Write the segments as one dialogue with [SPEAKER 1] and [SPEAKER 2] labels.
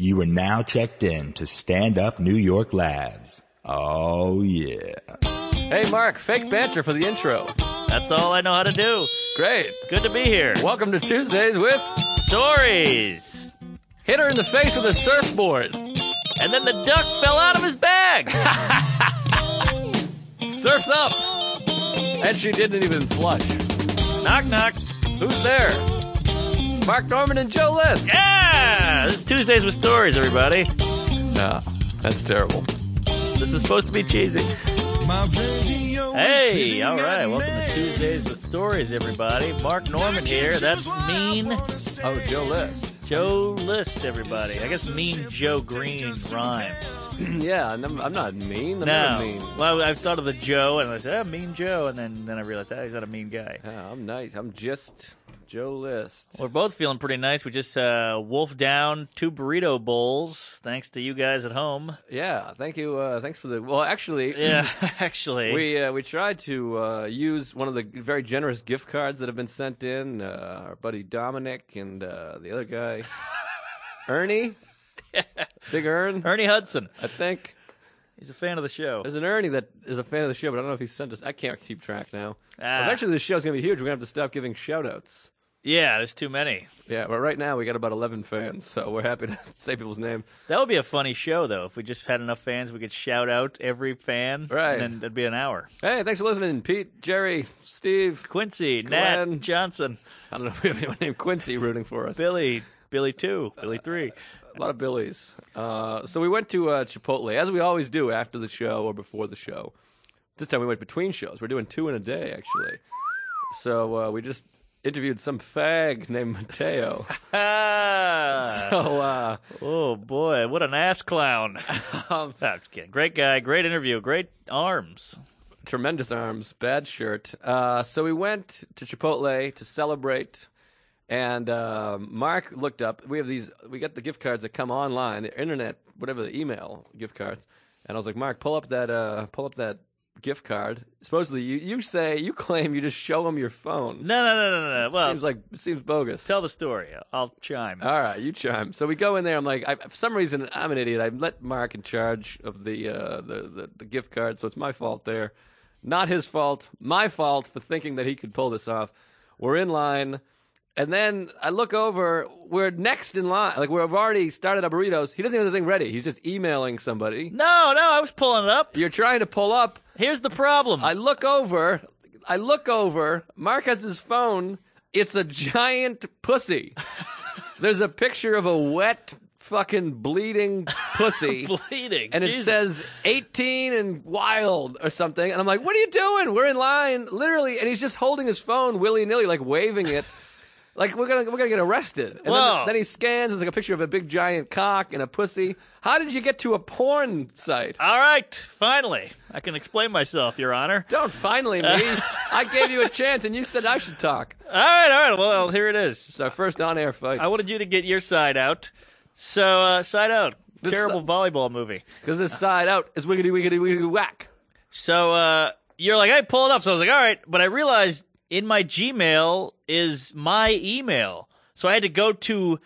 [SPEAKER 1] You are now checked in to Stand Up New York Labs. Oh, yeah.
[SPEAKER 2] Hey, Mark, fake banter for the intro.
[SPEAKER 3] That's all I know how to do.
[SPEAKER 2] Great.
[SPEAKER 3] Good to be here.
[SPEAKER 2] Welcome to Tuesdays with
[SPEAKER 3] Stories.
[SPEAKER 2] Hit Her in the Face with a Surfboard.
[SPEAKER 3] And then the duck fell out of his bag.
[SPEAKER 2] Surf's up. And she didn't even flush.
[SPEAKER 3] knock, knock.
[SPEAKER 2] Who's there? Mark Norman and Joe List.
[SPEAKER 3] Yeah! This is Tuesdays with Stories, everybody.
[SPEAKER 2] No, that's terrible.
[SPEAKER 3] This is supposed to be cheesy. Hey, all right. Welcome to Tuesdays with Stories, everybody. Mark Norman here. That's mean
[SPEAKER 2] Oh, Joe List.
[SPEAKER 3] Joe List, everybody. I guess mean Joe Green rhymes.
[SPEAKER 2] yeah, and I'm, I'm not mean. I'm not mean.
[SPEAKER 3] No. Well, I thought of the Joe, and I said, ah, mean Joe, and then, then I realized, ah, he's not a mean guy.
[SPEAKER 2] Yeah, I'm nice. I'm just Joe List.
[SPEAKER 3] We're both feeling pretty nice. We just uh, wolfed down two burrito bowls, thanks to you guys at home.
[SPEAKER 2] Yeah, thank you. Uh, thanks for the. Well, actually,
[SPEAKER 3] Yeah, actually.
[SPEAKER 2] We uh, we tried to uh, use one of the very generous gift cards that have been sent in. Uh, our buddy Dominic and uh, the other guy, Ernie, Big Ern,
[SPEAKER 3] Ernie Hudson.
[SPEAKER 2] I think.
[SPEAKER 3] He's a fan of the show.
[SPEAKER 2] There's an Ernie that is a fan of the show, but I don't know if he sent us. I can't keep track now.
[SPEAKER 3] Ah.
[SPEAKER 2] Eventually, this show's gonna be huge. We're gonna have to stop giving shout-outs.
[SPEAKER 3] Yeah, there's too many.
[SPEAKER 2] Yeah, but right now we got about 11 fans, so we're happy to say people's name.
[SPEAKER 3] That would be a funny show, though, if we just had enough fans, we could shout out every fan.
[SPEAKER 2] Right.
[SPEAKER 3] And then it'd be an hour.
[SPEAKER 2] Hey, thanks for listening, Pete, Jerry, Steve.
[SPEAKER 3] Quincy,
[SPEAKER 2] Glenn.
[SPEAKER 3] Nat, Johnson,
[SPEAKER 2] I don't know if we have anyone named Quincy rooting for us.
[SPEAKER 3] Billy, Billy 2, Billy 3.
[SPEAKER 2] A lot of Billy's. Uh, so we went to uh, Chipotle, as we always do after the show or before the show. This time we went between shows. We're doing two in a day, actually. So uh, we just interviewed some fag named Mateo.
[SPEAKER 3] Ah,
[SPEAKER 2] so, uh,
[SPEAKER 3] oh, boy. What an ass clown.
[SPEAKER 2] um,
[SPEAKER 3] Ah, just kidding. Great guy. Great interview. Great arms.
[SPEAKER 2] tremendous arms, bad shirt. Uh, so we went to Chipotle to celebrate. And um Mark looked up. We have these. We got the gift cards that come online, the internet, whatever the email gift cards. And I was like, Mark, pull up that, uh, pull up that gift card. Supposedly, you, you say you claim you just show him your phone.
[SPEAKER 3] No, no, no, no, no, no. Well,
[SPEAKER 2] seems like it seems bogus.
[SPEAKER 3] tell the story. I'll chime.
[SPEAKER 2] All right, you chime. So we go in there. I'm like, I, for some reason, I'm an idiot. I let Mark in charge of the, uh, the the the gift card, so it's my fault there. Not his fault. My fault for thinking that he could pull this off. We're in line, and then I look over. We're next in line. Like we've already started our burritos. He doesn't even have the thing ready. He's just emailing somebody.
[SPEAKER 3] no, no, I was pulling it up.
[SPEAKER 2] You're trying to pull up.
[SPEAKER 3] Here's the problem.
[SPEAKER 2] I look over. I look over. Mark has his phone. It's a giant pussy. There's a picture of a wet, fucking bleeding pussy.
[SPEAKER 3] bleeding.
[SPEAKER 2] And
[SPEAKER 3] Jesus.
[SPEAKER 2] it says 18 and wild or something. And I'm like, what are you doing? We're in line, literally. And he's just holding his phone willy nilly, like waving it. Like we're gonna we're gonna get arrested. And
[SPEAKER 3] Whoa.
[SPEAKER 2] then, then he scans. It's like a picture of a big giant cock and a pussy. How did you get to a porn site?
[SPEAKER 3] All right, finally, I can explain myself, Your Honor.
[SPEAKER 2] Don't finally me. I gave you a chance and you said I should talk.
[SPEAKER 3] All right, all right. Well, here it is.
[SPEAKER 2] It's our first on air fight.
[SPEAKER 3] I wanted you to get your side out. So, uh, side out.
[SPEAKER 2] This-
[SPEAKER 3] terrible volleyball movie.
[SPEAKER 2] Because this side out is wiggity wiggity wiggity whack.
[SPEAKER 3] So uh, you're like, I pull it up. So I was like, all right, but I realized in my Gmail is my email. So I had to go to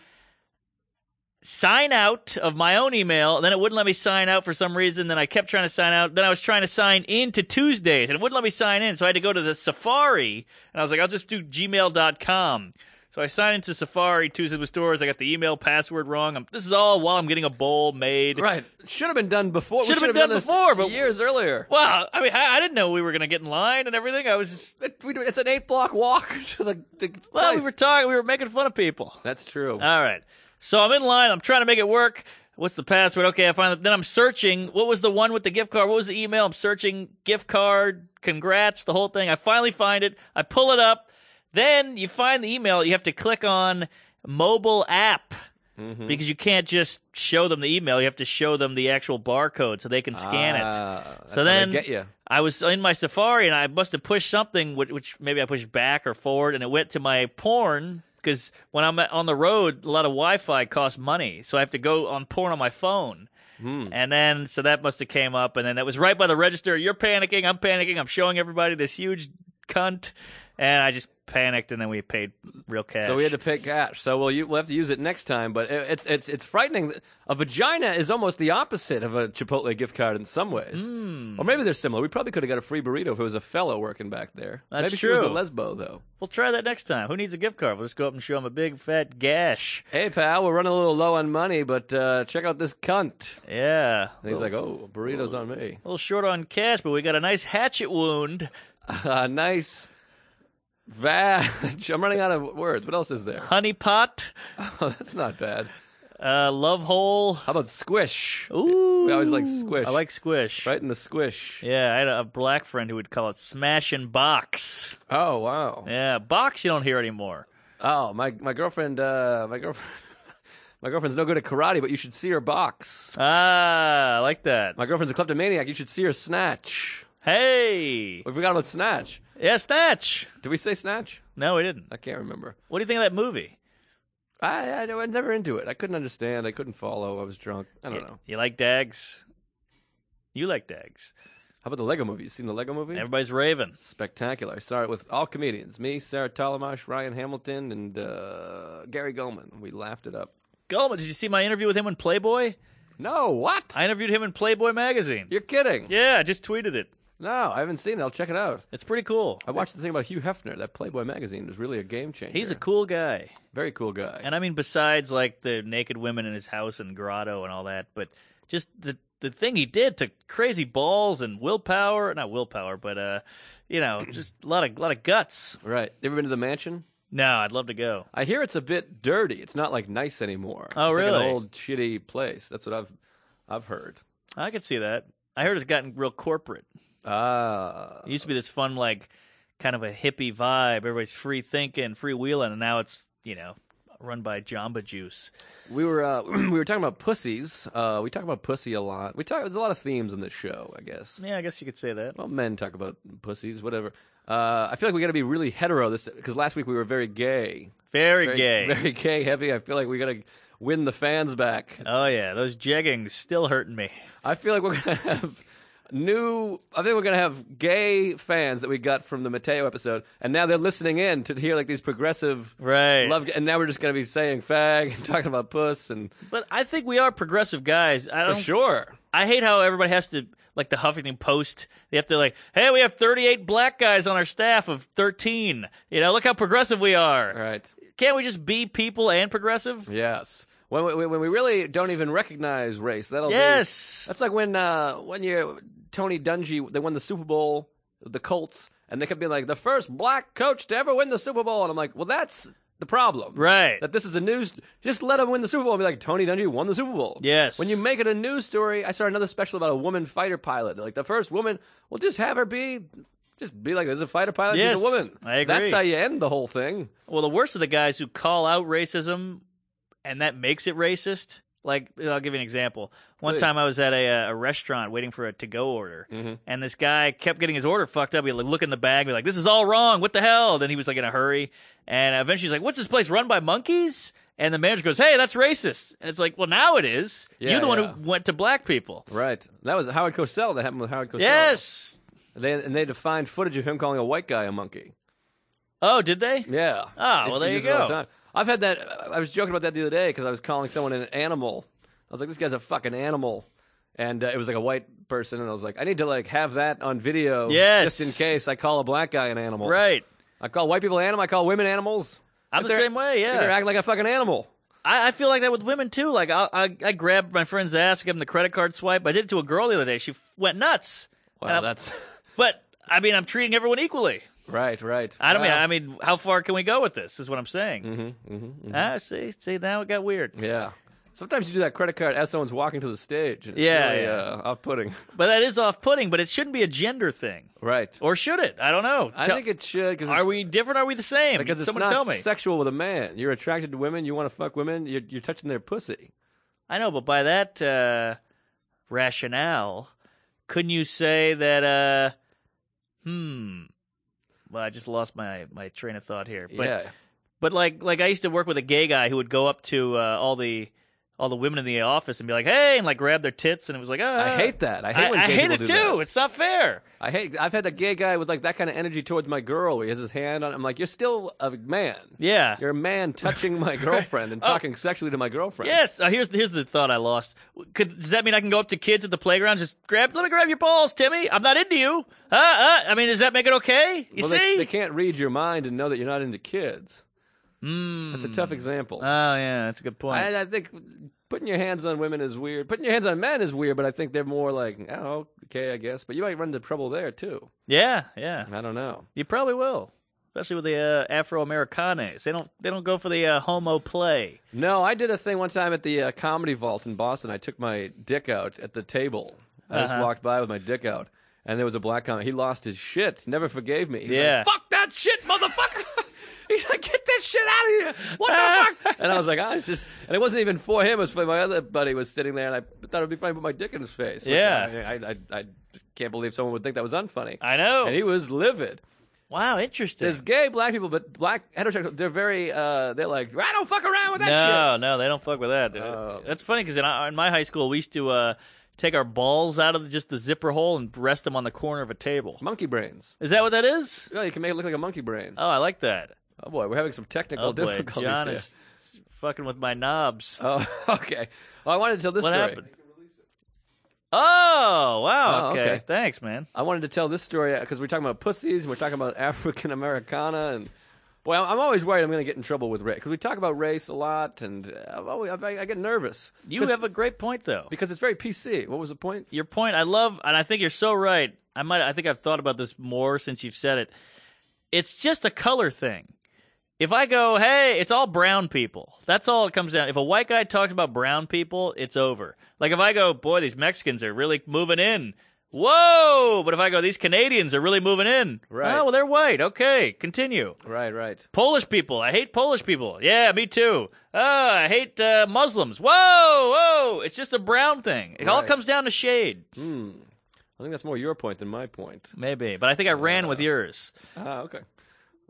[SPEAKER 3] sign out of my own email. Then it wouldn't let me sign out for some reason. Then I kept trying to sign out. Then I was trying to sign in to Tuesdays, and it wouldn't let me sign in. So I had to go to the Safari, and I was like, I'll just do Gmail.com. So I signed into Safari Tuesdays with Stores. I got the email password wrong. I'm, this is all while I'm getting a bowl made.
[SPEAKER 2] Right. Should have been done before. We
[SPEAKER 3] Should have been done
[SPEAKER 2] this
[SPEAKER 3] before, but-
[SPEAKER 2] years earlier.
[SPEAKER 3] Well, I mean, I, I didn't know we were gonna get in line and everything. I was just
[SPEAKER 2] It- we do- it's an eight block walk to the, the
[SPEAKER 3] Well, we
[SPEAKER 2] place. Uh,
[SPEAKER 3] were talking. We were making fun of people.
[SPEAKER 2] That's true.
[SPEAKER 3] All right. So I'm in line. I'm trying to make it work. What's the password? Okay, I find. Then I'm searching. What was the one with the gift card? What was the email? I'm searching gift card. Congrats, the whole thing. I finally find it. I pull it up. Then you find the email. You have to click on mobile app because you can't just show them the email. You have to show them the actual barcode so they can scan it.
[SPEAKER 2] Ah, that's
[SPEAKER 3] So
[SPEAKER 2] how they
[SPEAKER 3] then-
[SPEAKER 2] get you.
[SPEAKER 3] I was in my Safari and I must have pushed something, which, which maybe I pushed back or forward, and it went to my porn. Because when I'm on the road, a lot of Wi-Fi costs money, so I have to go on porn on my phone.
[SPEAKER 2] Hmm.
[SPEAKER 3] And then, so that must have came up, and then that was right by the register. You're panicking, I'm panicking, I'm showing everybody this huge cunt, and I just panicked, and then we paid real cash.
[SPEAKER 2] So we had to pay cash. So we'll, you, we'll have to use it next time. But it, it's it's it's frightening. that- A vagina is almost the opposite of a Chipotle gift card in some ways.
[SPEAKER 3] Hmm.
[SPEAKER 2] Or maybe they're similar. We probably could have got a free burrito if it was a fellow working back there.
[SPEAKER 3] That's
[SPEAKER 2] maybe she was a
[SPEAKER 3] true.
[SPEAKER 2] lesbo though.
[SPEAKER 3] We'll try that next time. Who needs a gift card? We'll just go up and show him a big fat gash.
[SPEAKER 2] Hey pal, we're running a little low on money, but uh, check out this cunt.
[SPEAKER 3] Yeah.
[SPEAKER 2] And he's like, oh, burritos on me.
[SPEAKER 3] A little short on cash, but we got a nice hatchet wound.
[SPEAKER 2] Uh, nice. Vag. I'm running out of words. What else is there?
[SPEAKER 3] Honey pot,
[SPEAKER 2] Oh, that's not bad.
[SPEAKER 3] uh, love hole.
[SPEAKER 2] How about squish?
[SPEAKER 3] Ooh.
[SPEAKER 2] We always like squish.
[SPEAKER 3] I like squish.
[SPEAKER 2] right in the squish.
[SPEAKER 3] Yeah, I had a a black friend who would call it smash and box.
[SPEAKER 2] Oh wow.
[SPEAKER 3] Yeah, box you don't hear anymore.
[SPEAKER 2] Oh my my girlfriend. Uh, my girlfriend. My girlfriend's no good at karate, but you should see her box.
[SPEAKER 3] Ah, I like that.
[SPEAKER 2] My girlfriend's a kleptomaniac. You should see her snatch.
[SPEAKER 3] Hey.
[SPEAKER 2] We forgot about snatch.
[SPEAKER 3] Yeah, snatch.
[SPEAKER 2] Did we say snatch?
[SPEAKER 3] No, we didn't.
[SPEAKER 2] I can't remember.
[SPEAKER 3] What do you think of that movie?
[SPEAKER 2] I I, I was never into it. I couldn't understand. I couldn't follow. I was drunk. I don't know.
[SPEAKER 3] You like Dags? You like Dags.
[SPEAKER 2] How about the Lego movie? You seen the Lego movie?
[SPEAKER 3] Everybody's raving.
[SPEAKER 2] Spectacular. I saw it with all comedians. Me, Sarah Talamash, Ryan Hamilton, and uh, Gary Goldman. We laughed it up.
[SPEAKER 3] Goldman, did you see my interview with him in Playboy?
[SPEAKER 2] No, what?
[SPEAKER 3] I interviewed him in Playboy magazine.
[SPEAKER 2] You're kidding.
[SPEAKER 3] Yeah, I just tweeted it.
[SPEAKER 2] No, I haven't seen it. I'll check it out.
[SPEAKER 3] It's pretty cool.
[SPEAKER 2] I watched the thing about Hugh Hefner. That Playboy magazine was really a game changer.
[SPEAKER 3] He's a cool guy.
[SPEAKER 2] very cool guy.
[SPEAKER 3] And I mean besides like the naked women in his house and grotto and all that, but just the the thing he did to crazy balls and willpower, not willpower, but uh you know, just a lot of lot of guts.
[SPEAKER 2] right. Ever been to the mansion?
[SPEAKER 3] No, I'd love to go.
[SPEAKER 2] I hear it's a bit dirty. It's not like nice anymore.
[SPEAKER 3] Oh,
[SPEAKER 2] it's Like
[SPEAKER 3] really?
[SPEAKER 2] an old shitty place. That's what I've I've heard.
[SPEAKER 3] I could see that. I heard it's gotten real corporate.
[SPEAKER 2] Ah.
[SPEAKER 3] It used to be this fun like kind of a hippie vibe, everybody's free thinking, free wheeling, and now it's, you know, run by Jamba Juice.
[SPEAKER 2] We were uh, we were talking about pussies. Uh, we talk about pussy a lot. We talk. There's a lot of themes in this show, I guess.
[SPEAKER 3] Yeah, I guess you could say that.
[SPEAKER 2] Well, men talk about pussies, whatever. Uh, I feel like we got to be really hetero this because last week we were very gay,
[SPEAKER 3] Very,
[SPEAKER 2] very
[SPEAKER 3] gay.
[SPEAKER 2] very gay heavy. I feel like we got to win the fans back.
[SPEAKER 3] Oh yeah, those jeggings still hurting me.
[SPEAKER 2] I feel like we're gonna have new. I think we're gonna have gay fans that we got from the Mateo episode, and now they're listening in to hear like these progressive
[SPEAKER 3] Right.
[SPEAKER 2] love. And now we're just gonna be saying fag and talking about puss and
[SPEAKER 3] But I think we are progressive guys. I
[SPEAKER 2] for
[SPEAKER 3] don't.
[SPEAKER 2] sure.
[SPEAKER 3] I hate how everybody has to like the Huffington Post. They have to like, hey, we have 38 black guys on our staff of 13. You know, look how progressive we
[SPEAKER 2] All
[SPEAKER 3] are.
[SPEAKER 2] right.
[SPEAKER 3] Can't we just be people and progressive?
[SPEAKER 2] Yes. When we, when we really don't even recognize race, that'll be-
[SPEAKER 3] Yes.
[SPEAKER 2] That's like when uh, one year Tony Dungy they won the Super Bowl, the Colts, and they could be like the first black coach to ever win the Super Bowl, and I'm like, well, that's the problem,
[SPEAKER 3] Right.
[SPEAKER 2] That this is a news. Just let them win the Super Bowl. And be like Tony Dungy won the Super Bowl.
[SPEAKER 3] Yes.
[SPEAKER 2] When you make it a news story, I saw another special about a woman fighter pilot. They're Like the first woman, well, just have her be, just be like, this is a fighter pilot.
[SPEAKER 3] Yes,
[SPEAKER 2] she's a woman.
[SPEAKER 3] I agree.
[SPEAKER 2] That's how you end the whole thing.
[SPEAKER 3] Well, the worst of the guys who call out racism and that makes it racist. Like, I'll give you an example.
[SPEAKER 2] Please.
[SPEAKER 3] One
[SPEAKER 2] Mm-hmm.
[SPEAKER 3] time I was at a, uh, a restaurant waiting for a to go order, and this guy kept getting his order fucked up. He'd like, look in the bag, be like, this is all wrong. What the hell? Then he was like in a hurry. And eventually he's like, what's this place run by monkeys? And the manager goes, hey, that's racist. And it's like, well, now it is.
[SPEAKER 2] Yeah,
[SPEAKER 3] You're the
[SPEAKER 2] yeah.
[SPEAKER 3] one who went to black people.
[SPEAKER 2] Right. That was Howard Cosell. That happened with Howard Cosell.
[SPEAKER 3] Yes.
[SPEAKER 2] They, and they defined footage of him calling a white guy a monkey.
[SPEAKER 3] Oh, did they?
[SPEAKER 2] Yeah.
[SPEAKER 3] Ah,
[SPEAKER 2] They
[SPEAKER 3] well,
[SPEAKER 2] used to
[SPEAKER 3] there you
[SPEAKER 2] use it all the
[SPEAKER 3] go.
[SPEAKER 2] time. I've had that. I was joking about that the other day because I was calling someone an animal. I was like, "This guy's a fucking animal," and uh, it was like a white person, and I was like, "I need to like have that on video,
[SPEAKER 3] Yes.
[SPEAKER 2] just in case I call a black guy an animal."
[SPEAKER 3] Right.
[SPEAKER 2] I call white people animal. I call women animals.
[SPEAKER 3] I'm
[SPEAKER 2] If
[SPEAKER 3] the
[SPEAKER 2] they're-
[SPEAKER 3] same way.
[SPEAKER 2] if
[SPEAKER 3] Yeah.
[SPEAKER 2] They're acting like a fucking animal.
[SPEAKER 3] I, I feel like that with women too. Like I, I, I grabbed my friend's ass, give him the credit card swipe. I did it to a girl the other day. She f- went nuts.
[SPEAKER 2] Wow,
[SPEAKER 3] Uh,
[SPEAKER 2] that's
[SPEAKER 3] But I mean, I'm treating everyone equally.
[SPEAKER 2] right, right.
[SPEAKER 3] I don't mean.
[SPEAKER 2] Well,
[SPEAKER 3] I mean, how far can we go with this? Is what I'm saying.
[SPEAKER 2] Mm-hmm.
[SPEAKER 3] Ah, see, see, now it got weird.
[SPEAKER 2] yeah. Sometimes you do that credit card as someone's walking to the stage. And it's
[SPEAKER 3] Yeah,
[SPEAKER 2] really,
[SPEAKER 3] yeah.
[SPEAKER 2] Uh, off-putting.
[SPEAKER 3] But that is off-putting. But it shouldn't be a gender thing,
[SPEAKER 2] Right.
[SPEAKER 3] or should it? I don't know.
[SPEAKER 2] I
[SPEAKER 3] Tell-
[SPEAKER 2] think it should. Cause
[SPEAKER 3] are
[SPEAKER 2] it's-
[SPEAKER 3] we different? Are we the same?
[SPEAKER 2] Because it's
[SPEAKER 3] Someone
[SPEAKER 2] not
[SPEAKER 3] tell me.
[SPEAKER 2] sexual with a man. You're attracted to women. You want to fuck women. You're, you're touching their pussy.
[SPEAKER 3] I know, but by that uh, rationale, couldn't you say that? Uh, hmm. Well, I just lost my my train of thought here. But
[SPEAKER 2] yeah.
[SPEAKER 3] But like like I used to work with a gay guy who would go up to uh, all the all the women in the office and be like, "Hey," and like grab their tits, and it was like, ah.
[SPEAKER 2] I hate that. I hate when
[SPEAKER 3] I,
[SPEAKER 2] gay
[SPEAKER 3] hate
[SPEAKER 2] people do
[SPEAKER 3] it too.
[SPEAKER 2] That.
[SPEAKER 3] It's not fair.
[SPEAKER 2] I hate. I've had a gay guy with like that kind of energy towards my girl. Where he has his hand on. I'm like, you're still a man.
[SPEAKER 3] Yeah.
[SPEAKER 2] You're a man touching my girlfriend and
[SPEAKER 3] Oh.
[SPEAKER 2] talking sexually to my girlfriend.
[SPEAKER 3] Yes. Uh, here's here's the thought I lost. Could, does that mean I can go up to kids at the playground just grab? Let me grab your balls, Timmy. I'm not into you. Uh, uh. I mean, does that make it okay? You
[SPEAKER 2] Well,
[SPEAKER 3] see?
[SPEAKER 2] They, they can't read your mind and know that you're not into kids.
[SPEAKER 3] Mm.
[SPEAKER 2] That's a tough example.
[SPEAKER 3] Oh yeah, that's a good point.
[SPEAKER 2] I, I think putting your hands on women is weird. Putting your hands on men is weird, but I think they're more like, oh, okay, I guess. But you might run into trouble there too.
[SPEAKER 3] yeah, yeah.
[SPEAKER 2] I don't know.
[SPEAKER 3] You probably will, especially with the uh, Afro Americanes. They don't they don't go for the uh, homo play.
[SPEAKER 2] No, I did a thing one time at the uh, Comedy Vault in Boston. I took my dick out at the table. I just
[SPEAKER 3] Uh-huh.
[SPEAKER 2] walked by with my dick out, and there was a black comic. He lost his shit. Never forgave me. He's like,
[SPEAKER 3] Yeah.
[SPEAKER 2] fuck that shit, motherfucker. He's like, get that shit out of here. What the fuck? And I was like, I was just, and it wasn't even for him. It was for my other buddy was sitting there, and I thought it'd be funny to put my dick in his face. which
[SPEAKER 3] Yeah.
[SPEAKER 2] I, I, I, I can't believe someone would think that was unfunny.
[SPEAKER 3] I know.
[SPEAKER 2] and he was livid.
[SPEAKER 3] wow, interesting.
[SPEAKER 2] There's gay black people, but black heterosexual, they're very, uh, they're like, I don't fuck around with that shit.
[SPEAKER 3] no, no, they don't fuck with that. dude.
[SPEAKER 2] Oh.
[SPEAKER 3] That's funny because in, our- in my high school we used to uh, take our balls out of just the zipper hole and rest them on the corner of a table.
[SPEAKER 2] Monkey brains.
[SPEAKER 3] Is that what that is?
[SPEAKER 2] Oh, you can make it look like a monkey brain.
[SPEAKER 3] Oh, I like that.
[SPEAKER 2] Oh boy, we're having some technical
[SPEAKER 3] Oh boy,
[SPEAKER 2] difficulties.
[SPEAKER 3] John
[SPEAKER 2] here.
[SPEAKER 3] is fucking with my knobs.
[SPEAKER 2] Oh, okay. Well, I wanted to tell this
[SPEAKER 3] what
[SPEAKER 2] story.
[SPEAKER 3] happened? Oh wow.
[SPEAKER 2] Oh,
[SPEAKER 3] okay.
[SPEAKER 2] okay.
[SPEAKER 3] Thanks, man.
[SPEAKER 2] I wanted to tell this story because we're talking about pussies and we're talking about African Americana and boy, I'm I'm always worried I'm going to get in trouble with race because we talk about race a lot and uh, I'm always, I, I get nervous.
[SPEAKER 3] You
[SPEAKER 2] 'Cause-
[SPEAKER 3] have a great point though.
[SPEAKER 2] because it's very PC. What was the point?
[SPEAKER 3] your point i love and i think you're so right i might i think i've thought about this more since you've said it it's just a color thing if i go hey it's all brown people that's all it comes down if a white guy talks about brown people it's over like if i go boy these mexicans are really moving in whoa but if i go these canadians are really moving in
[SPEAKER 2] Right.
[SPEAKER 3] oh well they're white okay continue
[SPEAKER 2] Right, right.
[SPEAKER 3] Polish people. I hate Polish people. Yeah, me too. Uh, I hate uh, Muslims. Whoa, whoa. It's just a brown thing. It all
[SPEAKER 2] Right.
[SPEAKER 3] comes down to shade.
[SPEAKER 2] I think that's more your point than my point.
[SPEAKER 3] Maybe, but I think I ran with yours.
[SPEAKER 2] Ah, okay.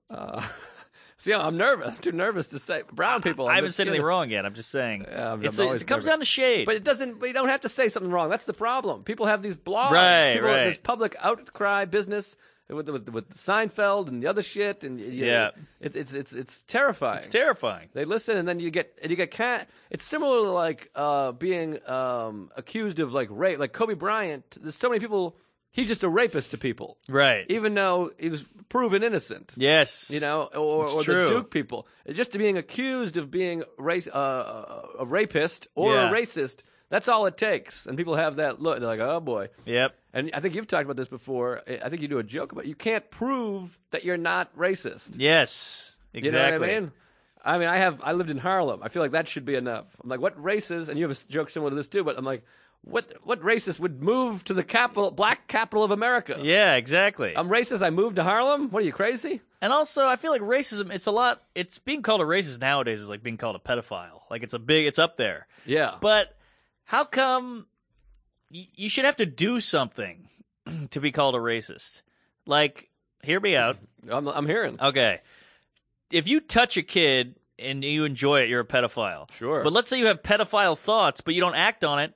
[SPEAKER 2] Uh, see, I'm nervous. I'm too nervous to say brown people.
[SPEAKER 3] I
[SPEAKER 2] I'm
[SPEAKER 3] haven't
[SPEAKER 2] just
[SPEAKER 3] said anything
[SPEAKER 2] scared.
[SPEAKER 3] wrong yet. I'm just saying
[SPEAKER 2] Yeah, I'm-
[SPEAKER 3] it's
[SPEAKER 2] I'm
[SPEAKER 3] a-
[SPEAKER 2] always
[SPEAKER 3] it comes
[SPEAKER 2] nervous.
[SPEAKER 3] down to shade.
[SPEAKER 2] But it doesn't. We don't have to say something wrong. That's the problem. People have these blogs.
[SPEAKER 3] Right,
[SPEAKER 2] People-
[SPEAKER 3] right.
[SPEAKER 2] This public outcry business with, with with Seinfeld and the other shit, and y- y-
[SPEAKER 3] Yeah.
[SPEAKER 2] it, it's it's it's terrifying.
[SPEAKER 3] it's terrifying.
[SPEAKER 2] they listen, and then you get and you get can It's similar to like uh, being um, accused of like rape, like Kobe Bryant. There's so many people. He's just a rapist to people,
[SPEAKER 3] Right.
[SPEAKER 2] even though he was proven innocent.
[SPEAKER 3] yes.
[SPEAKER 2] You know, or,
[SPEAKER 3] It's
[SPEAKER 2] or
[SPEAKER 3] true.
[SPEAKER 2] the Duke people, just being accused of being race, uh, a rapist or
[SPEAKER 3] Yeah.
[SPEAKER 2] a racist. That's all it takes, and people have that look. They're like, "Oh boy."
[SPEAKER 3] Yep.
[SPEAKER 2] And I think you've talked about this before. I I think you do a joke about you can't prove that you're not racist.
[SPEAKER 3] Yes.
[SPEAKER 2] You
[SPEAKER 3] Exactly.
[SPEAKER 2] know what I mean? I mean, I have I lived in Harlem. I feel like that should be enough. I'm like, what races? And you have a s- joke similar to this too. But I'm like, what what racist would move to the capital, black capital of America?
[SPEAKER 3] Yeah, exactly.
[SPEAKER 2] I'm racist. I moved to Harlem. What are you crazy?
[SPEAKER 3] and also, I feel like racism. It's a lot. It's being called a racist nowadays is like being called a pedophile. Like it's a big. It's up there.
[SPEAKER 2] Yeah.
[SPEAKER 3] But how come y- you should have to do something to be called a racist? Like, hear me out.
[SPEAKER 2] I'm, I'm hearing.
[SPEAKER 3] Okay. If you touch a kid and you enjoy it, you're a pedophile.
[SPEAKER 2] Sure.
[SPEAKER 3] But let's say you have pedophile thoughts, but you don't act on it.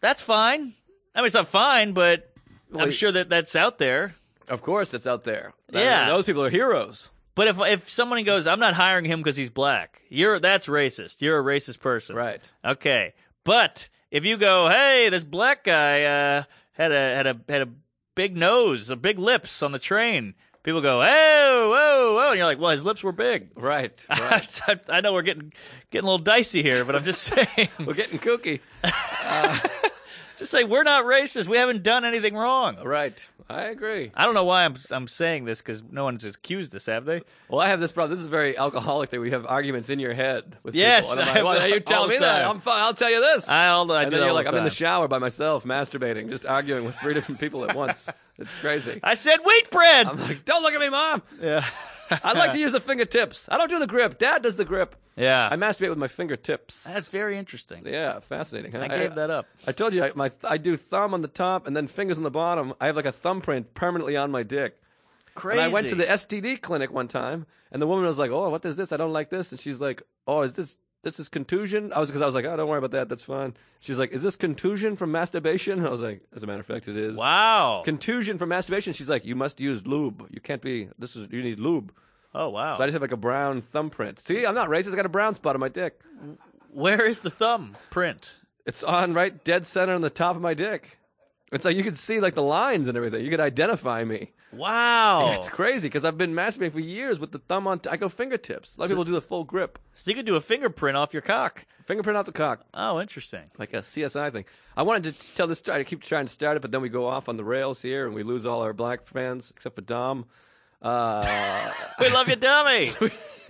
[SPEAKER 3] That's fine. I mean, it's not fine, but I'm
[SPEAKER 2] you-
[SPEAKER 3] sure that that's out there.
[SPEAKER 2] Of course, it's out there. I
[SPEAKER 3] Yeah.
[SPEAKER 2] mean, those people are heroes.
[SPEAKER 3] But if if someone goes, I'm not hiring him because he's black. You're that's racist. You're a racist person.
[SPEAKER 2] Right.
[SPEAKER 3] Okay. But if you go, hey, this black guy uh, had a had a had a big nose, a big lips on the train. People go, oh, whoa, whoa, and you're like, well, his lips were big.
[SPEAKER 2] Right. right.
[SPEAKER 3] I, I know we're getting getting a little dicey here, but I'm just saying,
[SPEAKER 2] We're getting kooky.
[SPEAKER 3] just say we're not racist. We haven't done anything wrong.
[SPEAKER 2] Right. I agree.
[SPEAKER 3] I don't know why I'm I'm saying this because no one's accused us, have they?
[SPEAKER 2] Well, I have this problem. This is very alcoholic that we have arguments in your head with
[SPEAKER 3] Yes,
[SPEAKER 2] people. And
[SPEAKER 3] I
[SPEAKER 2] I'm like, well,
[SPEAKER 3] have
[SPEAKER 2] you
[SPEAKER 3] that all
[SPEAKER 2] tell me
[SPEAKER 3] the
[SPEAKER 2] that.
[SPEAKER 3] time.
[SPEAKER 2] I'm fine. I'll tell you this.
[SPEAKER 3] I all I
[SPEAKER 2] and
[SPEAKER 3] do
[SPEAKER 2] then
[SPEAKER 3] that
[SPEAKER 2] you're
[SPEAKER 3] all
[SPEAKER 2] like,
[SPEAKER 3] the
[SPEAKER 2] I'm in the
[SPEAKER 3] time.
[SPEAKER 2] shower by myself, masturbating, just arguing with three different people at once. It's crazy.
[SPEAKER 3] I said wheat bread.
[SPEAKER 2] I'm like, don't look at me, mom.
[SPEAKER 3] yeah,
[SPEAKER 2] I like to use the fingertips. I don't do the grip. Dad does the grip.
[SPEAKER 3] yeah.
[SPEAKER 2] I masturbate with my fingertips.
[SPEAKER 3] that's very interesting.
[SPEAKER 2] yeah, fascinating. Huh?
[SPEAKER 3] I gave that up.
[SPEAKER 2] I told you I, my I do thumb on the top and then fingers on the bottom. I have like a thumbprint permanently on my dick.
[SPEAKER 3] Crazy.
[SPEAKER 2] And I went to the STD clinic one time, and the woman was like, "Oh, what is this? I don't like this." And she's like, "Oh, is this this is contusion. I was because I was like, oh, don't worry about that. That's fine. She's like, is this contusion from masturbation? I was like, as a matter of fact, it is.
[SPEAKER 3] Wow.
[SPEAKER 2] Contusion from masturbation. She's like, you must use lube. You can't be. This is you need lube.
[SPEAKER 3] oh wow.
[SPEAKER 2] So I just have like a brown thumbprint. See, I'm not racist. I got a brown spot on my dick.
[SPEAKER 3] Where is the thumb print?
[SPEAKER 2] It's on right dead center on the top of my dick. It's like you could see like the lines and everything. You could identify me.
[SPEAKER 3] Wow.
[SPEAKER 2] Yeah, it's crazy because I've been masturbating for years with the thumb on. T- I go fingertips. A lot of people do the full grip,
[SPEAKER 3] so you could do a fingerprint off your cock.
[SPEAKER 2] fingerprint out the cock,
[SPEAKER 3] Oh, interesting.
[SPEAKER 2] like a CSI thing. I wanted to tell this story. I keep trying to start it, but then we go off on the rails here and we lose all our black fans except for Dom. Uh,
[SPEAKER 3] We love you, dummy.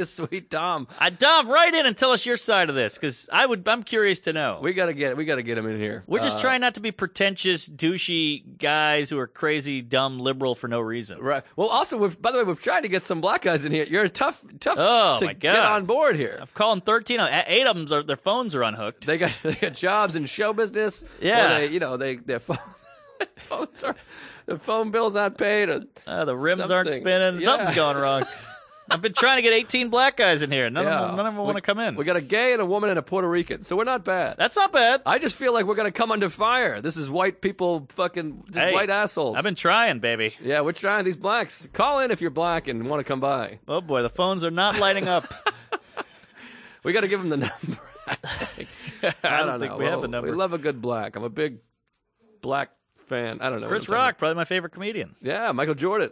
[SPEAKER 2] sweet Dom.
[SPEAKER 3] I Dom, write in and tell us your side of this, because I would. I'm curious to know.
[SPEAKER 2] We gotta get we gotta get him in here.
[SPEAKER 3] We're just
[SPEAKER 2] Uh,
[SPEAKER 3] trying not to be pretentious, douchey guys who are crazy, dumb, liberal for no reason.
[SPEAKER 2] Right. Well, also, we've, by the way, we've tried to get some black guys in here. You're tough, tough
[SPEAKER 3] Oh,
[SPEAKER 2] to
[SPEAKER 3] my
[SPEAKER 2] get
[SPEAKER 3] God.
[SPEAKER 2] on board here.
[SPEAKER 3] I'm calling 13. out- Eight of them, are, their phones are unhooked.
[SPEAKER 2] They got they got jobs in show business. or
[SPEAKER 3] Yeah.
[SPEAKER 2] they, you know they their phone, phones are the phone bills not paid. Or,
[SPEAKER 3] Uh, the rims aren't
[SPEAKER 2] Something.
[SPEAKER 3] spinning.
[SPEAKER 2] Yeah.
[SPEAKER 3] Something's going wrong. I've been trying to get 18 black guys in here. None, of,
[SPEAKER 2] yeah.
[SPEAKER 3] them, none of them
[SPEAKER 2] We-
[SPEAKER 3] want to come in.
[SPEAKER 2] We got a gay and a woman and a Puerto Rican, so we're not bad.
[SPEAKER 3] That's not bad.
[SPEAKER 2] I just feel like we're gonna come under fire. This is white people fucking just
[SPEAKER 3] Hey,
[SPEAKER 2] white assholes.
[SPEAKER 3] I've been trying, baby.
[SPEAKER 2] yeah, we're trying these blacks. Call in if you're black and want to come by.
[SPEAKER 3] Oh boy, the phones are not lighting up.
[SPEAKER 2] We got to give them the number. I, think. I
[SPEAKER 3] don't
[SPEAKER 2] don't
[SPEAKER 3] think
[SPEAKER 2] know.
[SPEAKER 3] we have a
[SPEAKER 2] Well,
[SPEAKER 3] number.
[SPEAKER 2] We love a good black. I'm a big black fan. I don't know.
[SPEAKER 3] Chris
[SPEAKER 2] what I'm talking
[SPEAKER 3] Rock, probably my favorite comedian.
[SPEAKER 2] about. Yeah, Michael Jordan.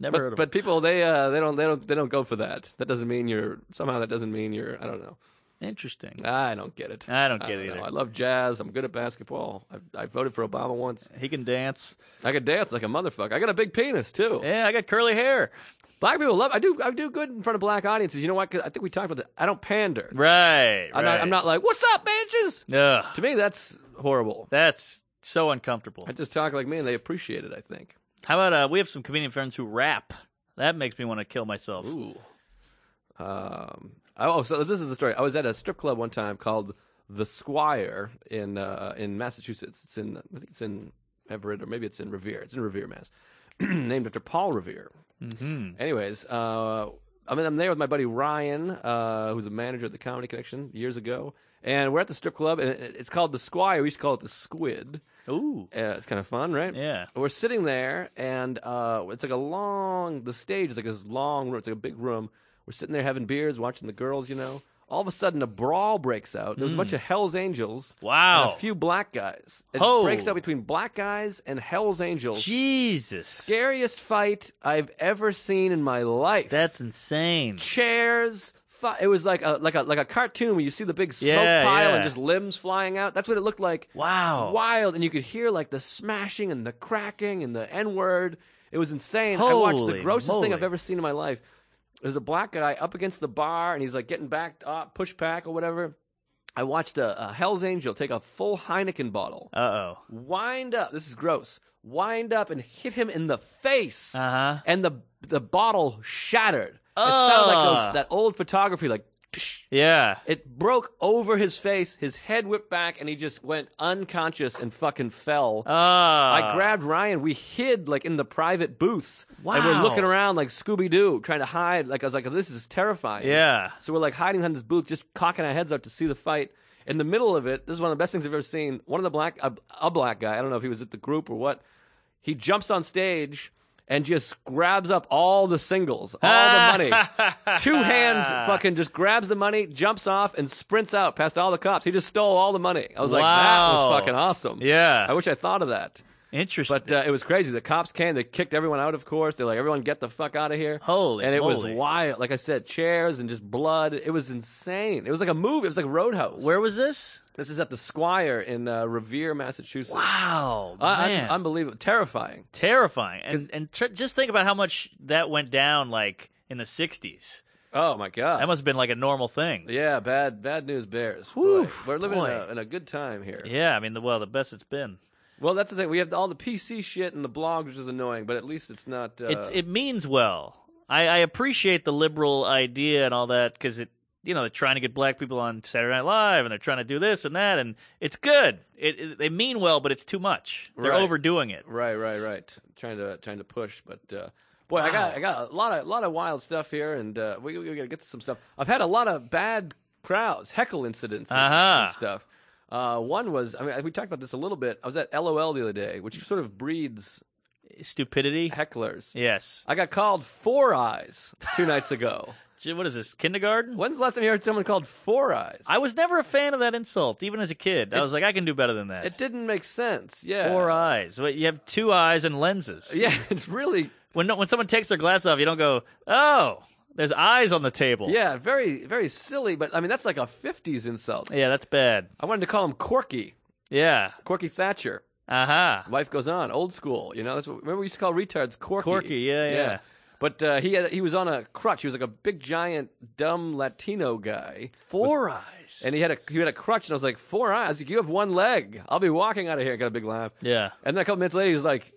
[SPEAKER 3] Never
[SPEAKER 2] but,
[SPEAKER 3] heard of him.
[SPEAKER 2] but people they uh they don't they don't they don't go for that. That doesn't mean you're somehow that doesn't mean you're I don't know.
[SPEAKER 3] Interesting.
[SPEAKER 2] I don't get it.
[SPEAKER 3] I don't get it
[SPEAKER 2] know.
[SPEAKER 3] either.
[SPEAKER 2] I love jazz. I'm good at basketball. I, I voted for Obama once.
[SPEAKER 3] He can dance.
[SPEAKER 2] I could dance like a motherfucker. I got a big penis too.
[SPEAKER 3] Yeah, I got curly hair.
[SPEAKER 2] Black people love. I do. I do good in front of black audiences. You know what? 'Cause I think we talked about that. I don't pander.
[SPEAKER 3] Right.
[SPEAKER 2] I'm not. I'm not like what's up, bitches.
[SPEAKER 3] Ugh,
[SPEAKER 2] To me, that's horrible.
[SPEAKER 3] that's so uncomfortable.
[SPEAKER 2] I just talk like me, and they appreciate it. I think.
[SPEAKER 3] How about uh, we have some comedian friends who rap? That makes me want to kill myself.
[SPEAKER 2] Ooh. Um. I- oh, so this is the story. I was at a strip club one time called the Squire in uh, in Massachusetts. It's in I think it's in Everett or maybe it's in Revere. It's in Revere, Mass. Named after Paul Revere.
[SPEAKER 3] Mhm.
[SPEAKER 2] Anyways, uh, I mean, I'm there with my buddy Ryan, uh, who's a manager at the Comedy Connection years ago, and we're at the strip club, and it- it's called the Squire. We used to call it the Squid.
[SPEAKER 3] Ooh.
[SPEAKER 2] Uh, it's kind of fun, right?
[SPEAKER 3] Yeah.
[SPEAKER 2] We're sitting there, and uh, it's like a long. The stage is like this long room. It's like a big room. We're sitting there having beers, watching the girls. You know, all of a sudden a brawl breaks out. There was a bunch of Hell's Angels.
[SPEAKER 3] Mm. Wow.
[SPEAKER 2] And a few black guys. It
[SPEAKER 3] Oh.
[SPEAKER 2] breaks out between black guys and Hell's Angels.
[SPEAKER 3] Jesus.
[SPEAKER 2] Scariest fight I've ever seen in my life.
[SPEAKER 3] That's insane.
[SPEAKER 2] chairs. Fi- it was like a like a like a cartoon where you see the big smoke
[SPEAKER 3] Yeah,
[SPEAKER 2] pile
[SPEAKER 3] yeah.
[SPEAKER 2] and just limbs flying out. That's what it looked like
[SPEAKER 3] Wow.
[SPEAKER 2] wild, and you could hear like the smashing and the cracking and the N word. It was insane. I watched
[SPEAKER 3] Holy
[SPEAKER 2] the grossest thing I've
[SPEAKER 3] moly.
[SPEAKER 2] ever seen in my life. There's a black guy up against the bar, and he's like getting back, uh, push back or whatever. I watched a, a Hell's Angel take a full Heineken bottle,
[SPEAKER 3] Uh oh.
[SPEAKER 2] wind up. This is gross. Wind up and hit him in the face,
[SPEAKER 3] Uh huh.
[SPEAKER 2] and the the bottle shattered. It sounded like
[SPEAKER 3] Ah.
[SPEAKER 2] those, that old photography, like. Psh,
[SPEAKER 3] Yeah.
[SPEAKER 2] it broke over his face. His head whipped back, and he just went unconscious and fucking fell.
[SPEAKER 3] Uh,
[SPEAKER 2] I grabbed Ryan. We hid like in the private booth, and we're
[SPEAKER 3] Wow.
[SPEAKER 2] looking around like Scooby Doo, trying to hide. Like I was like, "This is terrifying."
[SPEAKER 3] Yeah.
[SPEAKER 2] So we're like hiding behind this booth, just cocking our heads up to see the fight. In the middle of it, this is one of the best things I've ever seen. One of the black, a, a black guy. I don't know if he was at the group or what. He jumps on stage and just grabs up all the singles, all the money two hand fucking just grabs the money, jumps off, and sprints out past all the cops. He just stole all the money. I was like, that
[SPEAKER 3] Wow.
[SPEAKER 2] was fucking awesome.
[SPEAKER 3] Yeah.
[SPEAKER 2] I wish I thought of that.
[SPEAKER 3] Interesting.
[SPEAKER 2] But uh, it was crazy. The cops came. They kicked everyone out, of course. They're like, everyone get the fuck out of here.
[SPEAKER 3] Holy
[SPEAKER 2] And it
[SPEAKER 3] moly.
[SPEAKER 2] was wild. Like I said, chairs and just blood. It was insane. It was like a movie. It was like Roadhouse.
[SPEAKER 3] Where was this?
[SPEAKER 2] This is at the Squire in uh, Revere, Massachusetts.
[SPEAKER 3] Wow.
[SPEAKER 2] I-
[SPEAKER 3] man.
[SPEAKER 2] I, unbelievable. Terrifying.
[SPEAKER 3] terrifying. And and tr- just think about how much that went down like in the 60s.
[SPEAKER 2] Oh, my God.
[SPEAKER 3] That must have been like a normal thing.
[SPEAKER 2] yeah, bad bad news bears.
[SPEAKER 3] Whew,
[SPEAKER 2] Boy, we're living in
[SPEAKER 3] boy.
[SPEAKER 2] a, in a good time here.
[SPEAKER 3] Yeah, I mean, the, well, the best it's been.
[SPEAKER 2] Well, that's the thing. We have all the PC shit and the blogs, which is annoying, but at least it's not. Uh,
[SPEAKER 3] it's it means well. I, I appreciate the liberal idea and all that because it, you know, they're trying to get black people on Saturday Night Live and they're trying to do this and that, and it's good. It, it they mean well, but it's too much. They're
[SPEAKER 2] Right.
[SPEAKER 3] overdoing it.
[SPEAKER 2] right, right, right. Trying to trying to push, but uh, boy, I got I got a lot of lot of wild stuff here, and uh, we we gotta get to some stuff. I've had a lot of bad crowds, heckle incidents, and-
[SPEAKER 3] Uh-huh.
[SPEAKER 2] and stuff. Uh, one was, I mean, we talked about this a little bit. I was at LOL the other day, which sort of breeds
[SPEAKER 3] Stupidity.
[SPEAKER 2] hecklers.
[SPEAKER 3] Yes.
[SPEAKER 2] I got called Four Eyes two nights ago.
[SPEAKER 3] Gee, What is this? Kindergarten?
[SPEAKER 2] When's the last time you heard someone called Four Eyes?
[SPEAKER 3] I was never a fan of that insult, even as a kid. I was like, I can do better than that.
[SPEAKER 2] It didn't make sense. Yeah.
[SPEAKER 3] Four eyes. Wait, you have two eyes and lenses.
[SPEAKER 2] Uh, Yeah, it's really
[SPEAKER 3] When no, when someone takes their glass off, you don't go, "Oh, there's eyes on the table."
[SPEAKER 2] yeah, very very silly. But I mean, that's like a '50s insult.
[SPEAKER 3] Yeah, that's bad.
[SPEAKER 2] I wanted to call him Corky,
[SPEAKER 3] Yeah.
[SPEAKER 2] Corky Thatcher.
[SPEAKER 3] Uh huh.
[SPEAKER 2] Life goes on, old school. You know, that's what, remember we used to call retards Corky.
[SPEAKER 3] Corky, yeah, yeah.
[SPEAKER 2] But uh, he had, he was on a crutch. He was like a big giant dumb Latino guy,
[SPEAKER 3] Four eyes.
[SPEAKER 2] and he had a he had a crutch. And I was like, four eyes. I was like, you have one leg. I'll be walking out of here. I got a big laugh.
[SPEAKER 3] Yeah.
[SPEAKER 2] And then a couple minutes later, he's like,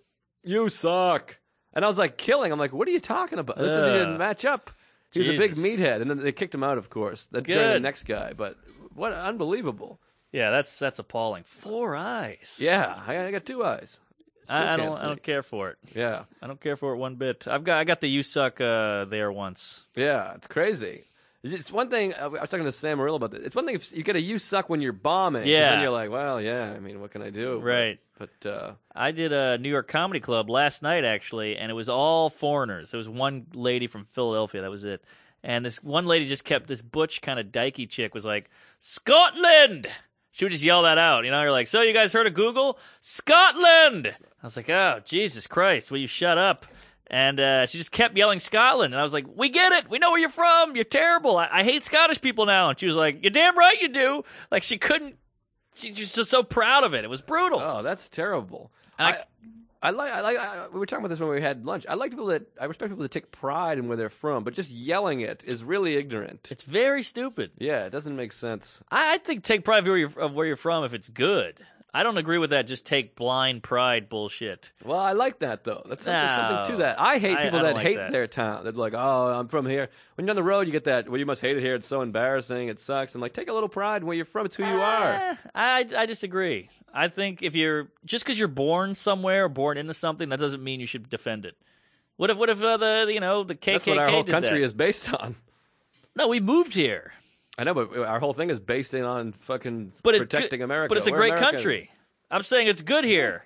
[SPEAKER 2] "You suck," and I was like, "Killing." I'm like, "What are you talking about? This doesn't
[SPEAKER 3] Ugh.
[SPEAKER 2] even match up." He was a big
[SPEAKER 3] Jesus.
[SPEAKER 2] meathead, and then they kicked him out, of course. That during the
[SPEAKER 3] Good.
[SPEAKER 2] next guy, but what unbelievable!
[SPEAKER 3] Yeah, that's that's appalling. Four eyes.
[SPEAKER 2] Yeah, I, I got two eyes. Still
[SPEAKER 3] I, I
[SPEAKER 2] can't
[SPEAKER 3] don't I don't care for it.
[SPEAKER 2] sleep. Yeah,
[SPEAKER 3] I don't care for it one bit. I've got I got the you suck uh, there once.
[SPEAKER 2] yeah, it's crazy. It's one thing. uh, I was talking to Sam Morrill about this. It's one thing if you get a "you suck" when you're bombing. 'cause
[SPEAKER 3] Yeah.
[SPEAKER 2] then you're like, well, yeah. I mean, what can I do?
[SPEAKER 3] Right.
[SPEAKER 2] But, but uh,
[SPEAKER 3] I did a New York comedy club last night actually, and it was all foreigners. There was one lady from Philadelphia, that was it. And this one lady just kept this butch kind of dykey chick was like, Scotland She would just yell that out, you know, you're like, So you guys heard of Google? Scotland I was like, Oh, Jesus Christ, will you shut up? And uh, she just kept yelling Scotland, and I was like, "We get it. We know where you're from. You're terrible. I, I hate Scottish people now." And she was like, "You're damn right you do." Like she couldn't. She she was just so proud of it. It was brutal.
[SPEAKER 2] Oh, that's terrible.
[SPEAKER 3] And
[SPEAKER 2] I, I like, I like. I, we were talking about this when we had lunch. I like people that I respect people that take pride in where they're from, but just yelling it is really ignorant.
[SPEAKER 3] It's very stupid.
[SPEAKER 2] Yeah, it doesn't make sense.
[SPEAKER 3] I, I think take pride of where, you're, of where you're from if it's good. I don't agree with that. Just take blind pride bullshit.
[SPEAKER 2] Well, I like that though. That's some- there's something,
[SPEAKER 3] No.
[SPEAKER 2] to that. I hate
[SPEAKER 3] I-
[SPEAKER 2] people
[SPEAKER 3] I
[SPEAKER 2] that
[SPEAKER 3] don't like
[SPEAKER 2] hate
[SPEAKER 3] that.
[SPEAKER 2] their town. They're like, "Oh, I'm from here." When you're on the road, you get that. Well, you must hate it here. It's so embarrassing. It sucks. I'm like, take a little pride in where you're from. It's who you are.
[SPEAKER 3] Eh, I I disagree. I think if you're just because you're born somewhere or born into something, that doesn't mean you should defend it. What if what if uh, the you know the KKK
[SPEAKER 2] That's what our whole
[SPEAKER 3] did
[SPEAKER 2] country
[SPEAKER 3] that?
[SPEAKER 2] is based on.
[SPEAKER 3] No, we moved here,
[SPEAKER 2] I know, but our whole thing is based in on fucking
[SPEAKER 3] but it's good-
[SPEAKER 2] protecting America.
[SPEAKER 3] But it's a
[SPEAKER 2] We're
[SPEAKER 3] great
[SPEAKER 2] American.
[SPEAKER 3] country. I'm saying it's good here.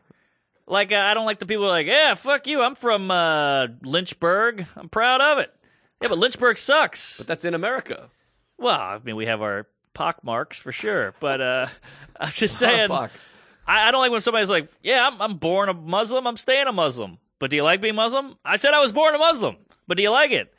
[SPEAKER 3] Like uh, I don't like the people who are like, yeah, fuck you. I'm from uh, Lynchburg. I'm proud of it. Yeah, but Lynchburg sucks.
[SPEAKER 2] But that's in America.
[SPEAKER 3] Well, I mean, we have our pock marks for sure, but uh, I'm just saying, I,
[SPEAKER 2] Box.
[SPEAKER 3] I don't like when somebody's like, "Yeah, I'm, I'm born a Muslim, I'm staying a Muslim." But do you like being Muslim? I said I was born a Muslim, but do you like it?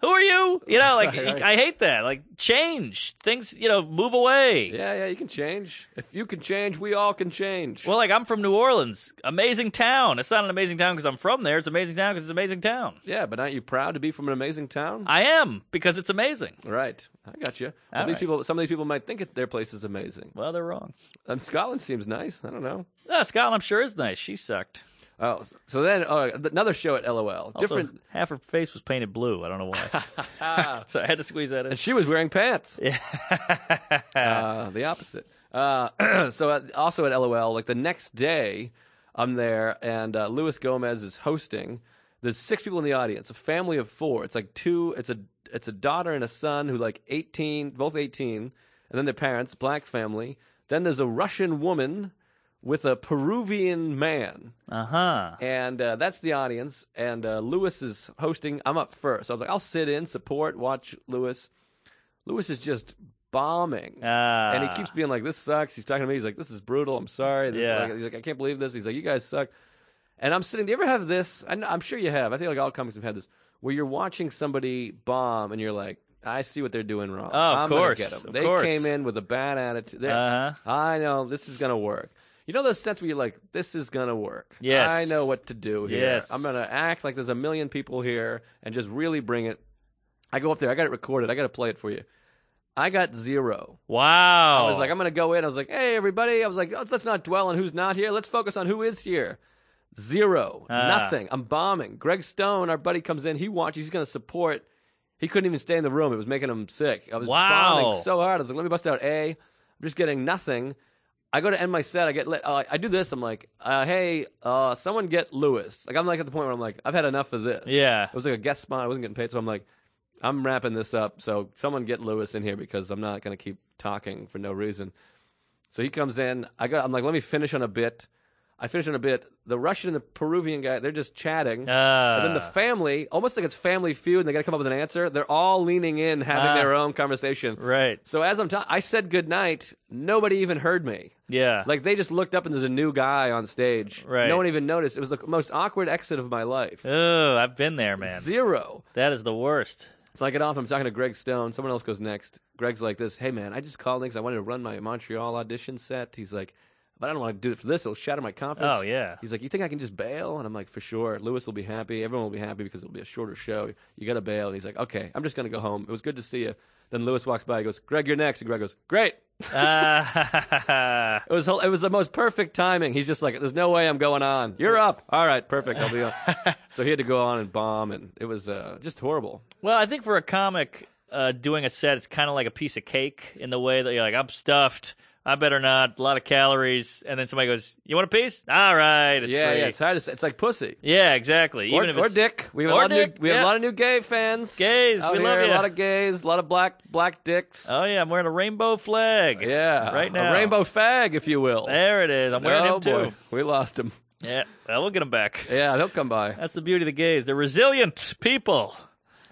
[SPEAKER 3] Who are you? You know, like
[SPEAKER 2] Right, right.
[SPEAKER 3] I hate that. Like change things, you know, move away.
[SPEAKER 2] Yeah, yeah, you can change. If you can change, we all can change.
[SPEAKER 3] Well, like I'm from New Orleans, amazing town. It's not an amazing town because I'm from there. It's an amazing town because it's an amazing town.
[SPEAKER 2] yeah, but aren't you proud to be from an amazing town?
[SPEAKER 3] I am because it's amazing.
[SPEAKER 2] right, I got you. Well,
[SPEAKER 3] All
[SPEAKER 2] these
[SPEAKER 3] right.
[SPEAKER 2] people, some of these people might think it, their place is amazing.
[SPEAKER 3] Well, they're wrong.
[SPEAKER 2] Um, Scotland seems nice. I don't know.
[SPEAKER 3] Yeah, Scotland, I'm sure is nice. She sucked.
[SPEAKER 2] Oh, so then uh, th- another show at LOL.
[SPEAKER 3] Also,
[SPEAKER 2] Different,
[SPEAKER 3] half her face was painted blue. I don't know why. so I had to squeeze that in.
[SPEAKER 2] and she was wearing pants.
[SPEAKER 3] Yeah.
[SPEAKER 2] Uh, the opposite. Uh, so at, also at LOL, like the next day, I'm there, and uh, Luis Gomez is hosting. There's six people in the audience, a family of four. It's like two. It's a it's a daughter and a son who like 18, both 18, and then their parents, black family. Then there's a Russian woman with a Peruvian man,
[SPEAKER 3] uh huh.
[SPEAKER 2] and uh, that's the audience. And uh, Lewis is hosting. I'm up first. So I'm like, I'll sit in, support, watch Lewis. Lewis is just bombing.
[SPEAKER 3] Ah.
[SPEAKER 2] And he keeps being like, "This sucks." He's talking to me. He's like, "This is brutal. I'm sorry." This is
[SPEAKER 3] Yeah.
[SPEAKER 2] like- he's like, "I can't believe this." He's like, "You guys suck." And I'm sitting. Do you ever have this? I know, I'm sure you have. I think like all comics have had this, where you're watching somebody bomb, and you're like, "I see what they're doing wrong.
[SPEAKER 3] Oh, of
[SPEAKER 2] I'm gonna
[SPEAKER 3] course.
[SPEAKER 2] get 'em.
[SPEAKER 3] Of
[SPEAKER 2] They
[SPEAKER 3] course.
[SPEAKER 2] came in with a bad attitude. They're-
[SPEAKER 3] Uh-huh.
[SPEAKER 2] I know this is gonna work. You know those sets where you're like, "This is gonna work.
[SPEAKER 3] Yes.
[SPEAKER 2] I know what to do here.
[SPEAKER 3] Yes.
[SPEAKER 2] I'm gonna act like there's a million people here and just really bring it." I go up there. I got it recorded. I got to play it for you. I got zero.
[SPEAKER 3] Wow.
[SPEAKER 2] I was like, I'm going to go in. I was like, hey, everybody. I was like, oh, let's not dwell on who's not here. Let's focus on who is here. Zero.
[SPEAKER 3] Ah.
[SPEAKER 2] Nothing. I'm bombing. Greg Stone, our buddy, comes in. He watches. He's going to support. He couldn't even stay in the room. It was making him sick. I was
[SPEAKER 3] Wow.
[SPEAKER 2] bombing so hard. I was like, let me bust out A. I'm just getting nothing. I go to end my set. I get lit. Uh, I do this. I'm like, uh, hey, uh, someone get Lewis. Like, I'm like at the point where I'm like, I've had enough of this.
[SPEAKER 3] Yeah.
[SPEAKER 2] It was like a guest spot. I wasn't getting paid, so I'm like, I'm wrapping this up. So someone get Lewis in here because I'm not going to keep talking for no reason. So he comes in. I got. I'm like, let me finish on a bit. I finish on a bit. The Russian and the Peruvian guy, they're just chatting.
[SPEAKER 3] Uh,
[SPEAKER 2] and then the family, almost like it's family feud, and they got to come up with an answer. They're all leaning in, having
[SPEAKER 3] Ah.
[SPEAKER 2] their own conversation.
[SPEAKER 3] right.
[SPEAKER 2] So as I'm talking, I said goodnight. Nobody even heard me.
[SPEAKER 3] Yeah.
[SPEAKER 2] Like they just looked up and there's a new guy on stage.
[SPEAKER 3] Right.
[SPEAKER 2] No one even noticed. It was the most awkward exit of my life.
[SPEAKER 3] oh, I've been there, man.
[SPEAKER 2] Zero.
[SPEAKER 3] That is the worst.
[SPEAKER 2] So I get off. I'm talking to Greg Stone. Someone else goes next. Greg's like this. Hey man, I just called in 'cause I wanted to run my Montreal audition set. He's like, but I don't want to do it for this. It'll shatter my confidence.
[SPEAKER 3] Oh yeah.
[SPEAKER 2] He's like, you think I can just bail? And I'm like, for sure. Lewis will be happy. Everyone will be happy because it'll be a shorter show. You got to bail. And he's like, okay, I'm just gonna go home. It was good to see you. Then Lewis walks by. He goes, Greg, you're next. And Greg goes, great.
[SPEAKER 3] Uh,
[SPEAKER 2] It was it was the most perfect timing. He's just like, "There's no way I'm going on. You're up. All right, perfect. I'll be on." so he had to go on and bomb, and it was uh, just horrible.
[SPEAKER 3] well, I think for a comic uh, doing a set, it's kind of like a piece of cake in the way that you're like, I'm stuffed. I better not. A lot of calories. And then somebody goes, "You want a piece? All right, it's
[SPEAKER 2] yeah,
[SPEAKER 3] free."
[SPEAKER 2] yeah, it's hard to say. It's like pussy
[SPEAKER 3] Yeah, exactly.
[SPEAKER 2] or,
[SPEAKER 3] Even if
[SPEAKER 2] or
[SPEAKER 3] it's
[SPEAKER 2] dick. We have a
[SPEAKER 3] or
[SPEAKER 2] lot of
[SPEAKER 3] dick,
[SPEAKER 2] new, we have
[SPEAKER 3] yeah.
[SPEAKER 2] a lot of new gay fans.
[SPEAKER 3] Gays,
[SPEAKER 2] out
[SPEAKER 3] we love
[SPEAKER 2] here,
[SPEAKER 3] ya.
[SPEAKER 2] A lot of gays, a lot of black black dicks.
[SPEAKER 3] Oh yeah, I'm wearing a rainbow flag.
[SPEAKER 2] yeah,
[SPEAKER 3] right now.
[SPEAKER 2] a rainbow fag, if you will.
[SPEAKER 3] There it is. I'm wearing
[SPEAKER 2] oh
[SPEAKER 3] him too.
[SPEAKER 2] boy, we lost him.
[SPEAKER 3] Yeah. Well, we'll get him back.
[SPEAKER 2] Yeah, they'll come by.
[SPEAKER 3] That's the beauty of the gays. They're resilient people.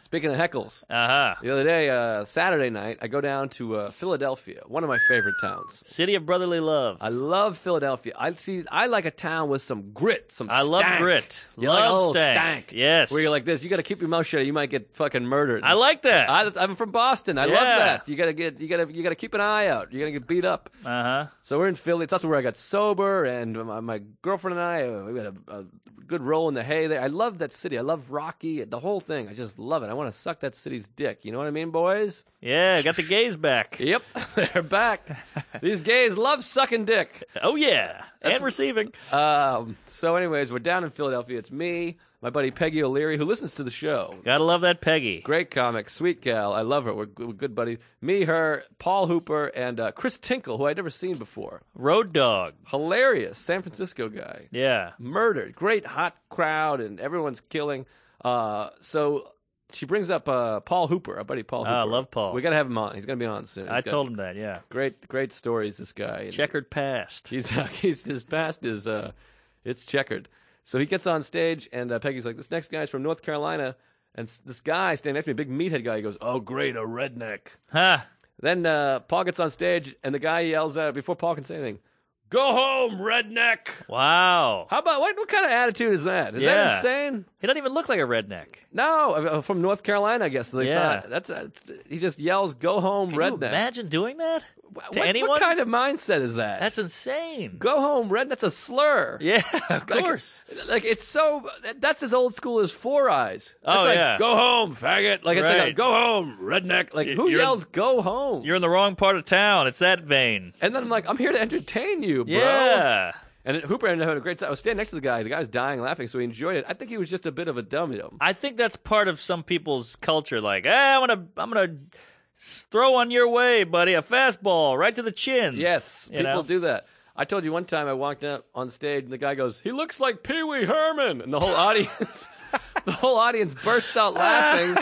[SPEAKER 2] Speaking of heckles,
[SPEAKER 3] Uh huh.
[SPEAKER 2] the other day, uh, Saturday night, I go down to uh, Philadelphia, one of my favorite towns.
[SPEAKER 3] City of brotherly love.
[SPEAKER 2] I love Philadelphia. I see. I like a town with some grit, some.
[SPEAKER 3] I love
[SPEAKER 2] stank.
[SPEAKER 3] grit.
[SPEAKER 2] You
[SPEAKER 3] love
[SPEAKER 2] like old
[SPEAKER 3] stank. Yes.
[SPEAKER 2] Where you're like this, you got to keep your mouth shut. or You might get fucking murdered.
[SPEAKER 3] I like that.
[SPEAKER 2] I, I'm from Boston. I love
[SPEAKER 3] Yeah.
[SPEAKER 2] that. You gotta get. You gotta. You gotta keep an eye out. You're gonna get beat up.
[SPEAKER 3] Uh huh.
[SPEAKER 2] So we're in Philly. It's also where I got sober, and my, my girlfriend and I uh, we had a, a good roll in the hay there. I love that city. I love Rocky. The whole thing. I just love it. I want to suck that city's dick. You know what I mean, boys?
[SPEAKER 3] Yeah, got the gays back.
[SPEAKER 2] Yep, they're back. These gays love sucking dick.
[SPEAKER 3] Oh yeah, and receiving.
[SPEAKER 2] Um, so, anyways, we're down in Philadelphia. It's me, my buddy Peggy O'Leary, who listens to the show.
[SPEAKER 3] Gotta love that Peggy.
[SPEAKER 2] Great comic, sweet gal. I love her. We're, g- we're good buddies. Me, her, Paul Hooper, and uh, Chris Tinkle, who I'd never seen before.
[SPEAKER 3] Road dog.
[SPEAKER 2] Hilarious, San Francisco guy.
[SPEAKER 3] Yeah.
[SPEAKER 2] Murdered. Great hot crowd, and everyone's killing. Uh, so she brings up uh, Paul Hooper, our buddy Paul Hooper.
[SPEAKER 3] Ah, I love Paul.
[SPEAKER 2] We got to have him on. He's going to be on soon.
[SPEAKER 3] I
[SPEAKER 2] He's got
[SPEAKER 3] told him that. Yeah.
[SPEAKER 2] Great, great stories, this guy. And-
[SPEAKER 3] Checkered past.
[SPEAKER 2] He's uh, he's his past is uh, it's checkered. So he gets on stage, and uh, Peggy's like, "This next guy's from North Carolina," and s- this guy standing next to me, a big meathead guy, he goes, "Oh, great, a redneck."
[SPEAKER 3] Huh.
[SPEAKER 2] Then uh, Paul gets on stage, and the guy yells out before Paul can say anything, "Go home, redneck!"
[SPEAKER 3] Wow.
[SPEAKER 2] How about what? What kind of attitude is that? Is
[SPEAKER 3] Yeah.
[SPEAKER 2] that insane?
[SPEAKER 3] He doesn't even look like a redneck.
[SPEAKER 2] No, I- I'm from North Carolina, I guess. so they
[SPEAKER 3] Yeah.
[SPEAKER 2] thought- that's uh, it's- he just yells, "Go home,
[SPEAKER 3] Can you
[SPEAKER 2] redneck."
[SPEAKER 3] imagine doing that
[SPEAKER 2] What-
[SPEAKER 3] to
[SPEAKER 2] what,
[SPEAKER 3] anyone?
[SPEAKER 2] what kind of mindset is that?
[SPEAKER 3] That's insane.
[SPEAKER 2] "Go home, redneck." That's a slur.
[SPEAKER 3] Yeah, of
[SPEAKER 2] Like-
[SPEAKER 3] course.
[SPEAKER 2] Like, it's so that's as old school as Four Eyes. That's
[SPEAKER 3] Oh,
[SPEAKER 2] like,
[SPEAKER 3] yeah.
[SPEAKER 2] Go home, faggot. Like it's like a,
[SPEAKER 3] Right.
[SPEAKER 2] go home, redneck. Like who
[SPEAKER 3] you're-
[SPEAKER 2] yells go home?
[SPEAKER 3] You're in the wrong part of town. It's that vein.
[SPEAKER 2] and then I'm like, I'm here to entertain you, bro.
[SPEAKER 3] Yeah.
[SPEAKER 2] And Hooper ended up having a great time. I was standing next to the guy. The guy was dying laughing, so he enjoyed it. I think he was just a bit of a dummy. though.
[SPEAKER 3] I think that's part of some people's culture. Like, ah, I'm gonna, I'm gonna s- throw on your way, buddy, a fastball right to the chin.
[SPEAKER 2] Yes,
[SPEAKER 3] You
[SPEAKER 2] people
[SPEAKER 3] know?
[SPEAKER 2] do that. I told you one time I walked up on stage and the guy goes, "He looks like Pee Wee Herman," and the whole audience, the whole audience bursts out laughing.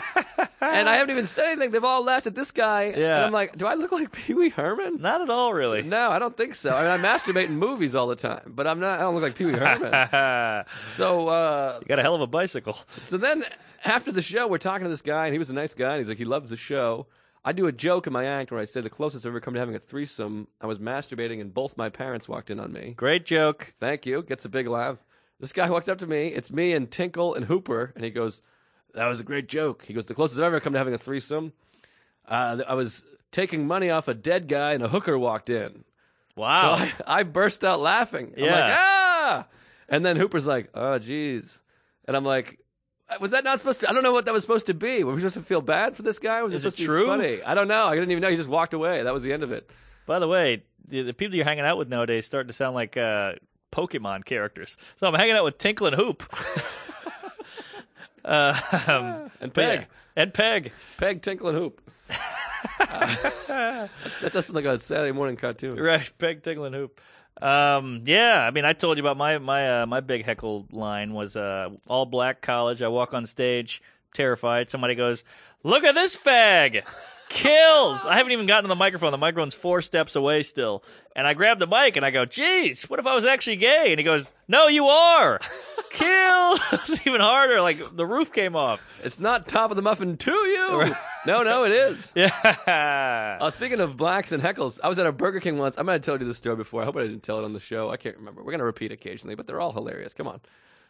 [SPEAKER 2] and I haven't even said anything; they've all laughed at this guy. and
[SPEAKER 3] Yeah.
[SPEAKER 2] I'm like, "Do I look like Pee Wee Herman?"
[SPEAKER 3] Not at all, really.
[SPEAKER 2] No, I don't think so. I mean, I masturbate in movies all the time, but I'm not. I don't look like Pee Wee Herman.
[SPEAKER 3] Got
[SPEAKER 2] So, uh,
[SPEAKER 3] a hell of a bicycle.
[SPEAKER 2] so then after the show, we're talking to this guy, and he was a nice guy. And he's like, he loves the show. I do a joke in my act where I said the closest I've ever come to having a threesome, I was masturbating, and both my parents walked in on me.
[SPEAKER 3] Great joke.
[SPEAKER 2] Thank you. Gets a big laugh. This guy walks up to me. It's me and Tinkle and Hooper, and he goes, "That was a great joke." He goes, "The closest I've ever come to having a threesome, uh, I was taking money off a dead guy, and a hooker walked in." So
[SPEAKER 3] Wow.
[SPEAKER 2] I, I burst out laughing. I'm
[SPEAKER 3] Yeah.
[SPEAKER 2] like, ah! And then Hooper's like, oh, geez. And I'm like, "Uh, was that not supposed to? I don't know what that was supposed to be. Were we supposed to feel bad for this guy? Was
[SPEAKER 3] Is
[SPEAKER 2] supposed
[SPEAKER 3] it
[SPEAKER 2] to
[SPEAKER 3] true?
[SPEAKER 2] be funny? I don't know. I didn't even know. He just walked away. That was the end of it.
[SPEAKER 3] By the way, the, the people you're hanging out with nowadays start to sound like uh, Pokemon characters. So I'm hanging out with Tinkle and Hoop. uh, um,
[SPEAKER 2] And
[SPEAKER 3] but yeah.
[SPEAKER 2] Peg.
[SPEAKER 3] And Peg.
[SPEAKER 2] Peg, Tinkle, and Hoop. Uh, that doesn't look like a Saturday morning cartoon.
[SPEAKER 3] Right, Peg Tickle and Hoop. Um, yeah, I mean, I told you about my my uh, my big heckle line was uh, all black college. I walk on stage, terrified. Somebody goes, "Look at this fag." Kills. I haven't even gotten to the microphone. The microphone's four steps away still. And I grab the mic and I go, "Geez, what if I was actually gay?" And he goes, "No, you are." Kills. even harder. Like the roof came off.
[SPEAKER 2] It's not top of the muffin to you. no, no, it is.
[SPEAKER 3] Yeah.
[SPEAKER 2] Uh, speaking of blacks and heckles, I was at a Burger King once. I might have told you this story before. I hope I didn't tell it on the show. I can't remember. We're going to repeat occasionally, but they're all hilarious. Come on.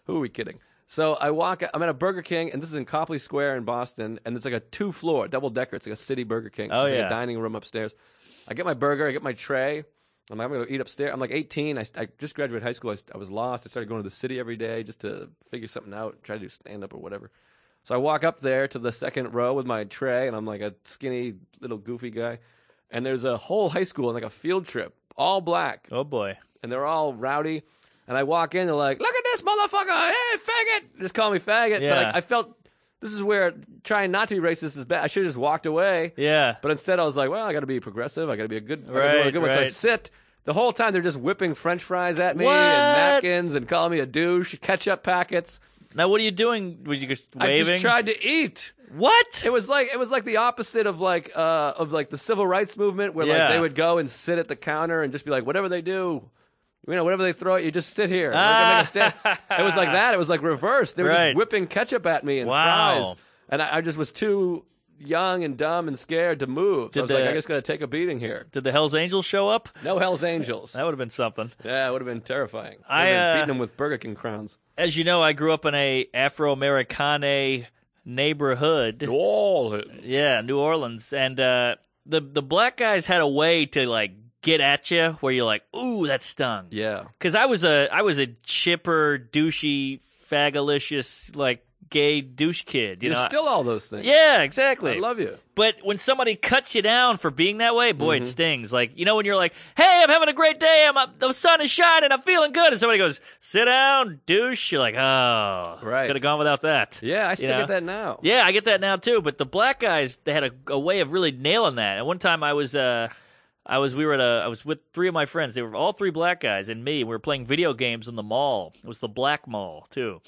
[SPEAKER 2] Who are we kidding? So I walk, I'm at a Burger King, and this is in Copley Square in Boston, and it's like a two floor, double decker. It's like a city Burger King.
[SPEAKER 3] Oh,
[SPEAKER 2] it's like
[SPEAKER 3] yeah.
[SPEAKER 2] a dining room upstairs. I get my burger, I get my tray. I'm, like, I'm going to eat upstairs. I'm like 18. I, s- I just graduated high school. I, s- I was lost. I started going to the city every day just to figure something out, try to do stand up or whatever. So I walk up there to the second row with my tray, and I'm like a skinny little goofy guy. And there's a whole high school and like a field trip, all black,
[SPEAKER 3] oh boy.
[SPEAKER 2] and they're all rowdy. And I walk in, they're like, "Look at this motherfucker! Hey, faggot!" Just call me faggot. But
[SPEAKER 3] Yeah.
[SPEAKER 2] like, I felt this is where trying not to be racist is bad. I should have just walked away.
[SPEAKER 3] Yeah.
[SPEAKER 2] But instead, I was like, well, I got to be progressive. I got to be a good, I gotta
[SPEAKER 3] Right,
[SPEAKER 2] be a good one. So I
[SPEAKER 3] right.
[SPEAKER 2] sit. The whole time they're just whipping French fries at me
[SPEAKER 3] What?
[SPEAKER 2] and napkins and calling me a douche, ketchup packets.
[SPEAKER 3] Now what are you doing? Were you just waving?
[SPEAKER 2] I just tried to eat.
[SPEAKER 3] What?
[SPEAKER 2] It was like it was like the opposite of like uh, of like the civil rights movement, where
[SPEAKER 3] Yeah.
[SPEAKER 2] like they would go and sit at the counter and just be like, whatever they do, you know, whatever they throw at you, just sit here. We're gonna make a stand.
[SPEAKER 3] Ah.
[SPEAKER 2] it was like that. It was like reverse. They were
[SPEAKER 3] Right.
[SPEAKER 2] just whipping ketchup at me and
[SPEAKER 3] Wow.
[SPEAKER 2] fries, and I, I just was too young and dumb and scared to move. So I
[SPEAKER 3] Did
[SPEAKER 2] was like,
[SPEAKER 3] the-
[SPEAKER 2] I just got to take a beating here.
[SPEAKER 3] Did the Hell's Angels show up?
[SPEAKER 2] No Hell's Angels.
[SPEAKER 3] That would have been something.
[SPEAKER 2] yeah, it would have been terrifying. Would've
[SPEAKER 3] I,
[SPEAKER 2] been
[SPEAKER 3] uh,
[SPEAKER 2] beating them with Burger King crowns.
[SPEAKER 3] As you know, I grew up in a Afro-Americana neighborhood.
[SPEAKER 2] All
[SPEAKER 3] Yeah, New Orleans, and uh, the the black guys had a way to like get at you where you're like, "Ooh, that stung."
[SPEAKER 2] yeah.
[SPEAKER 3] Because I was a I was a chipper, douchey, fagalicious, like gay douche kid. You
[SPEAKER 2] You're
[SPEAKER 3] know. I-
[SPEAKER 2] still all those things.
[SPEAKER 3] yeah, exactly.
[SPEAKER 2] I love you.
[SPEAKER 3] But when somebody cuts you down for being that way, boy, it stings. Like you know when you're like, "Hey, I'm having a great day. I'm up, the sun is shining. I'm feeling good," and somebody goes, "Sit down, douche." You're like, "Oh,
[SPEAKER 2] Right.
[SPEAKER 3] Could have gone without that."
[SPEAKER 2] Yeah, I still
[SPEAKER 3] know?
[SPEAKER 2] get that now.
[SPEAKER 3] Yeah, I get that now too. But the black guys, they had a, a way of really nailing that. And one time, I was, uh, I was, we were at a, I was with three of my friends. They were all three black guys and me. We were playing video games in the mall. It was the black mall too.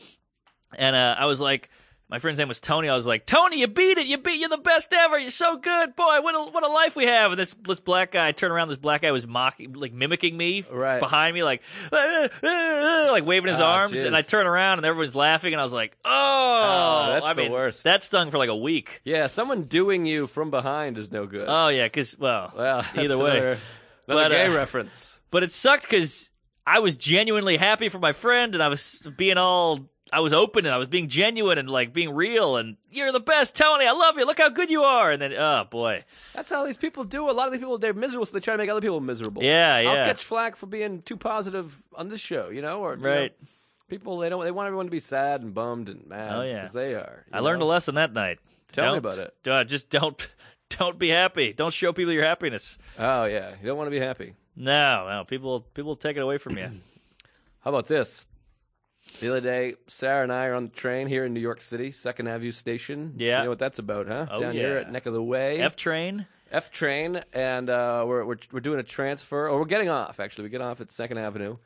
[SPEAKER 3] And uh, I was like, my friend's name was Tony. I was like, Tony, you beat it. You beat. You're the best ever. You're so good, boy. What a what a life we have. And this this black guy I turned around. This black guy was mocking, like mimicking me f-
[SPEAKER 2] Right.
[SPEAKER 3] behind me, like "Ah, ah, ah," like waving his
[SPEAKER 2] Ah,
[SPEAKER 3] arms.
[SPEAKER 2] jeez.
[SPEAKER 3] And I turn around and everyone's laughing. And I was like, oh,
[SPEAKER 2] Ah, that's
[SPEAKER 3] I
[SPEAKER 2] the
[SPEAKER 3] mean,
[SPEAKER 2] worst.
[SPEAKER 3] That stung for like a week.
[SPEAKER 2] Yeah, someone doing you from behind is no good.
[SPEAKER 3] Oh yeah, because well,
[SPEAKER 2] well, that's
[SPEAKER 3] either way.
[SPEAKER 2] another,
[SPEAKER 3] But,
[SPEAKER 2] another gay
[SPEAKER 3] uh,
[SPEAKER 2] reference.
[SPEAKER 3] but it sucked because I was genuinely happy for my friend, and I was being all. I was open and I was being genuine and like being real and you're the best, Tony. I love you. Look how good you are. And then, oh boy,
[SPEAKER 2] That's how these people do. A lot of these people they're miserable, so they try to make other people miserable.
[SPEAKER 3] yeah, yeah,
[SPEAKER 2] I'll catch flack for being too positive on this show, you know, or you know,
[SPEAKER 3] right.
[SPEAKER 2] people they don't they want everyone to be sad and bummed and mad.
[SPEAKER 3] Oh, yeah.
[SPEAKER 2] 'cause they are.
[SPEAKER 3] I learned a lesson that night.
[SPEAKER 2] Tell me
[SPEAKER 3] Don't-
[SPEAKER 2] about it.
[SPEAKER 3] Uh, just don't, don't be happy. Don't show people your happiness.
[SPEAKER 2] Oh yeah, you don't want to be happy.
[SPEAKER 3] No, no, people, people take it away from you.
[SPEAKER 2] How about this? The other day, Sarah and I are on the train here in New York City, Second Avenue Station.
[SPEAKER 3] Yeah.
[SPEAKER 2] you know what that's about, huh?
[SPEAKER 3] Oh,
[SPEAKER 2] Down here
[SPEAKER 3] yeah.
[SPEAKER 2] at Neck of the Way.
[SPEAKER 3] F train.
[SPEAKER 2] F train, and uh, we're, we're we're doing a transfer, or we're getting off. Actually, we get off at Second Avenue,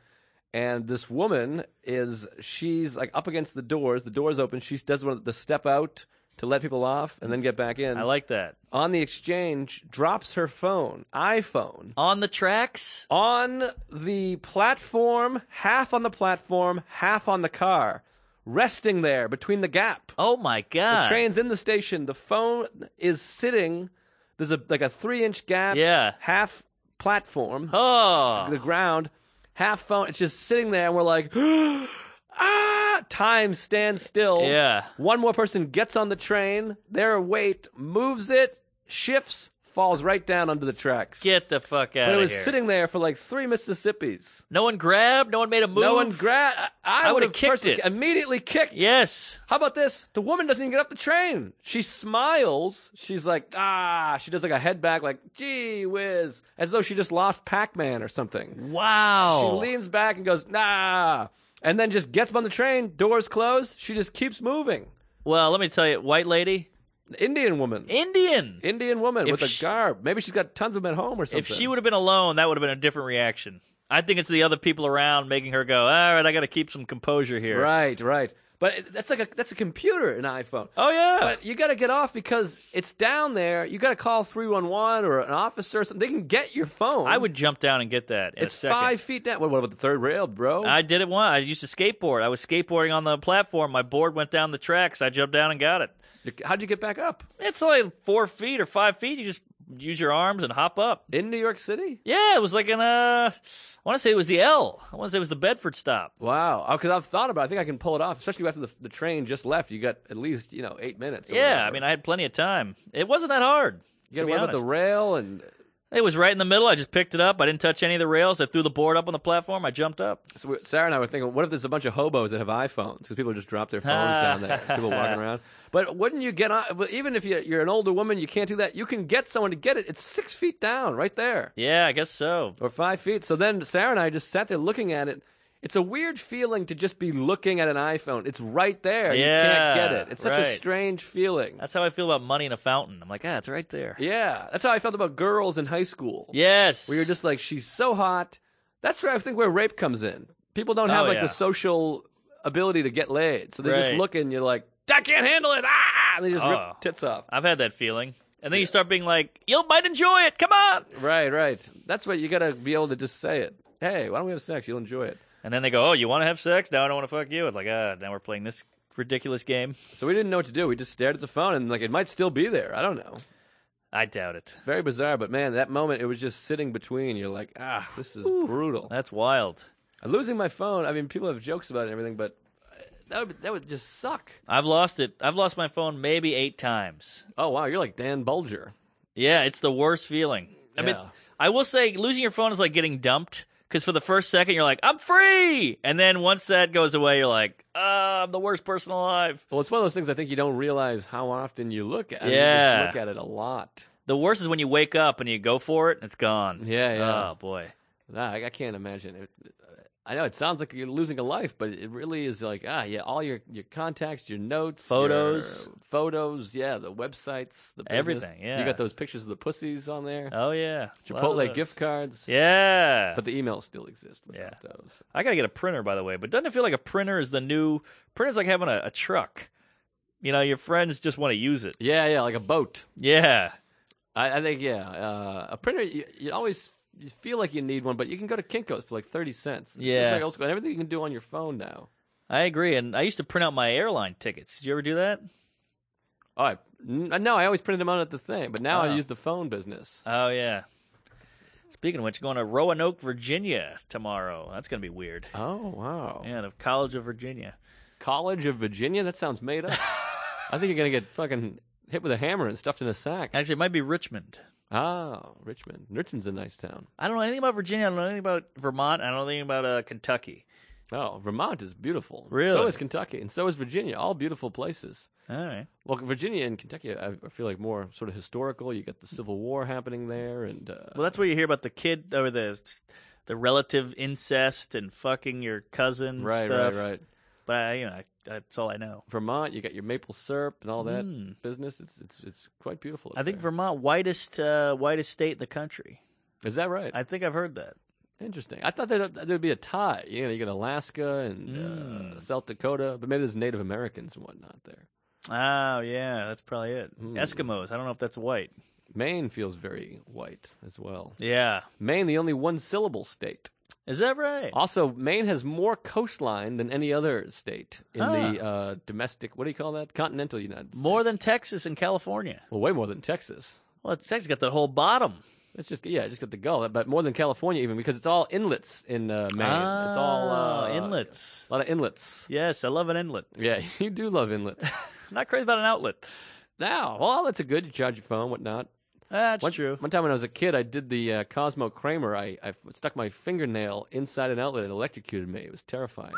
[SPEAKER 2] and this woman is she's like up against the doors. The doors open. She does one of the step out to let people off, and then get back in.
[SPEAKER 3] I like that.
[SPEAKER 2] on the exchange, drops her phone, iPhone,
[SPEAKER 3] On the tracks.
[SPEAKER 2] on the platform, half on the platform, half on the car, resting there between the gap.
[SPEAKER 3] Oh my god.
[SPEAKER 2] The train's in the station. The phone is sitting. There's a like a three inch gap.
[SPEAKER 3] Yeah.
[SPEAKER 2] Half platform.
[SPEAKER 3] Oh.
[SPEAKER 2] The ground. Half phone. It's just sitting there, and we're like, ah. Time stands still.
[SPEAKER 3] Yeah.
[SPEAKER 2] One more person gets on the train. Their weight moves it, shifts, falls right down under the tracks.
[SPEAKER 3] Get the fuck out
[SPEAKER 2] but it
[SPEAKER 3] of
[SPEAKER 2] was
[SPEAKER 3] here.
[SPEAKER 2] sitting there for like three Mississippi's.
[SPEAKER 3] no one grabbed. No one made a move.
[SPEAKER 2] No one grabbed. I,
[SPEAKER 3] I
[SPEAKER 2] would
[SPEAKER 3] would've
[SPEAKER 2] have
[SPEAKER 3] kicked
[SPEAKER 2] personally
[SPEAKER 3] it.
[SPEAKER 2] Immediately kicked.
[SPEAKER 3] yes.
[SPEAKER 2] How about this? The woman doesn't even get up the train. She smiles. She's like, ah, she does like a head back, like, gee whiz, as though she just lost Pac Man or something.
[SPEAKER 3] Wow.
[SPEAKER 2] She leans back and goes, nah, and then just gets on the train, doors closed. She just keeps moving.
[SPEAKER 3] well, let me tell you, white lady,
[SPEAKER 2] Indian woman.
[SPEAKER 3] Indian.
[SPEAKER 2] Indian woman
[SPEAKER 3] If
[SPEAKER 2] with
[SPEAKER 3] she-
[SPEAKER 2] a garb. Maybe she's got tons of them at home or something.
[SPEAKER 3] If she would have been alone, that would have been a different reaction. I think it's the other people around making her go, all right, I got to keep some composure here.
[SPEAKER 2] Right, right. But it- that's like a that's a computer, an iPhone.
[SPEAKER 3] Oh yeah.
[SPEAKER 2] But you got to get off because it's down there. You got to call 311 or an officer or something. They can get your phone.
[SPEAKER 3] I would jump down and get that. In a
[SPEAKER 2] It's
[SPEAKER 3] second.
[SPEAKER 2] five feet down. What, what about the third rail, bro?
[SPEAKER 3] I did it once. I used to skateboard. I was skateboarding on the platform. My board went down the tracks. I jumped down and got it.
[SPEAKER 2] How'd you get back up?
[SPEAKER 3] It's only four feet or five feet. You just use your arms and hop up.
[SPEAKER 2] In New York City?
[SPEAKER 3] Yeah, it was like an uh, I want to say it was the L. I want to say it was the Bedford stop.
[SPEAKER 2] Wow. Because I've thought about it. I think I can pull it off, especially after the, the train just left. You got at least, you know, eight minutes. or
[SPEAKER 3] yeah,
[SPEAKER 2] whatever.
[SPEAKER 3] I mean I had plenty of time. It wasn't that hard.
[SPEAKER 2] you got to
[SPEAKER 3] to be
[SPEAKER 2] worry about the
[SPEAKER 3] honest.
[SPEAKER 2] rail and.
[SPEAKER 3] It was right in the middle. I just picked it up. I didn't touch any of the rails. I threw the board up on the platform. I jumped up.
[SPEAKER 2] So we- Sarah and I were thinking, what if there's a bunch of hobos that have iPhones? Because people just drop their phones down there. People walking around. But wouldn't you get on? but Even if you're, you're an older woman, you can't do that. You can get someone to get it. It's six feet down, right there,
[SPEAKER 3] Yeah, I guess so.
[SPEAKER 2] or five feet. So then Sarah and I just sat there looking at it. It's a weird feeling to just be looking at an iPhone. It's right there.
[SPEAKER 3] Yeah,
[SPEAKER 2] you can't get it. It's such a
[SPEAKER 3] right.
[SPEAKER 2] strange feeling.
[SPEAKER 3] That's how I feel about money in a fountain. I'm like, ah, it's right there.
[SPEAKER 2] yeah, that's how I felt about girls in high school.
[SPEAKER 3] Yes.
[SPEAKER 2] We were just like, she's so hot. That's where I think where rape comes in. People don't have
[SPEAKER 3] Oh,
[SPEAKER 2] like
[SPEAKER 3] yeah.
[SPEAKER 2] the social ability to get laid, so they just
[SPEAKER 3] Right.
[SPEAKER 2] look and you're like, I can't handle it. Ah! And they just
[SPEAKER 3] Oh.
[SPEAKER 2] rip tits off.
[SPEAKER 3] I've had that feeling. And then you start being like, you might enjoy it. Come on.
[SPEAKER 2] Right, right. That's what you gotta be able to just say it. Hey, why don't we have sex? You'll enjoy it.
[SPEAKER 3] And then they go, oh, you want to have sex? Now I don't want to fuck you. It's like, ah, now we're playing this ridiculous game.
[SPEAKER 2] So we didn't know what to do. We just stared at the phone and like it might still be there. I don't know.
[SPEAKER 3] I doubt it.
[SPEAKER 2] Very bizarre, but man, that moment it was just sitting between. You're like, ah, this is brutal.
[SPEAKER 3] That's wild.
[SPEAKER 2] Losing my phone. I mean, people have jokes about it and everything, but uh, that would that would just suck.
[SPEAKER 3] I've lost it. I've lost my phone maybe eight times.
[SPEAKER 2] Oh wow, you're like Dan Bulger.
[SPEAKER 3] Yeah, it's the worst feeling. I mean,
[SPEAKER 2] Yeah.
[SPEAKER 3] I will say losing your phone is like getting dumped because for the first second you're like, I'm free. And then once that goes away, you're like, ah, I'm the worst person alive.
[SPEAKER 2] Well, it's one of those things I think you don't realize how often you look at. I mean,
[SPEAKER 3] Yeah.
[SPEAKER 2] you just look at it a lot.
[SPEAKER 3] The worst is when you wake up and you go for it and it's gone.
[SPEAKER 2] Yeah, yeah.
[SPEAKER 3] Oh, boy.
[SPEAKER 2] Nah, I, I can't imagine. It, uh, I know it sounds like you're losing a life, but it really is like ah, yeah, all your your contacts, your notes,
[SPEAKER 3] Photos.
[SPEAKER 2] your photos, yeah, the websites, the business.
[SPEAKER 3] Everything, yeah.
[SPEAKER 2] you got those pictures of the pussies on there,
[SPEAKER 3] Oh, yeah. Lot of
[SPEAKER 2] Chipotle
[SPEAKER 3] those.
[SPEAKER 2] gift cards.
[SPEAKER 3] Yeah.
[SPEAKER 2] But the emails still exist without
[SPEAKER 3] Yeah.
[SPEAKER 2] those.
[SPEAKER 3] I gotta get a printer, by the way. But doesn't it feel like a printer is the new printer's like having a, a truck? You know, your friends just want to use it.
[SPEAKER 2] Yeah, yeah, like a boat.
[SPEAKER 3] Yeah,
[SPEAKER 2] I, I think yeah, uh, a printer. You, you always you feel like you need one, but you can go to Kinkos for like thirty cents. It's
[SPEAKER 3] Yeah.
[SPEAKER 2] like old school. And everything you can do on your phone now.
[SPEAKER 3] I agree. And I used to print out my airline tickets. Did you ever do that?
[SPEAKER 2] Oh, I, n- no, I always printed them out at the thing, but now
[SPEAKER 3] Oh.
[SPEAKER 2] I use the phone business.
[SPEAKER 3] Oh yeah. Speaking of which, going to Roanoke, Virginia tomorrow. That's gonna be weird.
[SPEAKER 2] Oh wow!
[SPEAKER 3] Yeah, the College of Virginia.
[SPEAKER 2] College of Virginia. That sounds made up. I think you're gonna get fucking hit with a hammer and stuffed in a sack.
[SPEAKER 3] Actually, it might be Richmond.
[SPEAKER 2] Oh, Richmond. Richmond's a nice town.
[SPEAKER 3] I don't know anything about Virginia. I don't know anything about Vermont. I don't know anything about uh, Kentucky.
[SPEAKER 2] Oh, Vermont is beautiful.
[SPEAKER 3] Really?
[SPEAKER 2] So is Kentucky, and so is Virginia. All beautiful places.
[SPEAKER 3] All right.
[SPEAKER 2] Well, Virginia and Kentucky, I I feel like more sort of historical. You got the Civil War happening there, and uh,
[SPEAKER 3] Well, that's where you hear about the kid or the the relative incest and fucking your cousin
[SPEAKER 2] right,
[SPEAKER 3] stuff.
[SPEAKER 2] right, right.
[SPEAKER 3] But I, you know, I, that's all I know.
[SPEAKER 2] Vermont, you got your maple syrup and all that
[SPEAKER 3] Mm.
[SPEAKER 2] business. It's it's it's quite beautiful. up
[SPEAKER 3] I think
[SPEAKER 2] there.
[SPEAKER 3] Vermont whitest uh, whitest state in the country.
[SPEAKER 2] is that right?
[SPEAKER 3] I think I've heard that.
[SPEAKER 2] Interesting. I thought there'd, there'd be a tie. You know, you got Alaska and uh,
[SPEAKER 3] Mm.
[SPEAKER 2] South Dakota, but maybe there's Native Americans and whatnot there.
[SPEAKER 3] Oh yeah, that's probably it.
[SPEAKER 2] Hmm.
[SPEAKER 3] Eskimos. I don't know if that's white.
[SPEAKER 2] Maine feels very white as well.
[SPEAKER 3] Yeah,
[SPEAKER 2] Maine, the only one syllable state.
[SPEAKER 3] is that right?
[SPEAKER 2] Also, Maine has more coastline than any other state in
[SPEAKER 3] Ah.
[SPEAKER 2] the uh, domestic. What do you call that? Continental United. States.
[SPEAKER 3] More than Texas and California.
[SPEAKER 2] well, way more than Texas.
[SPEAKER 3] Well, it's- Texas got that whole bottom.
[SPEAKER 2] It's just yeah, just got the Gulf, but more than California even because it's all inlets in uh, Maine. it's all
[SPEAKER 3] Ah,
[SPEAKER 2] uh,
[SPEAKER 3] inlets.
[SPEAKER 2] A lot of inlets.
[SPEAKER 3] Yes, I love an inlet.
[SPEAKER 2] Yeah, you do love inlets.
[SPEAKER 3] I'm not crazy about an outlet.
[SPEAKER 2] now, well, outlets are good. You charge your phone, whatnot.
[SPEAKER 3] That's
[SPEAKER 2] one,
[SPEAKER 3] true.
[SPEAKER 2] One time when I was a kid, I did the uh, Cosmo Kramer. I, I stuck my fingernail inside an outlet and electrocuted me. It was terrifying.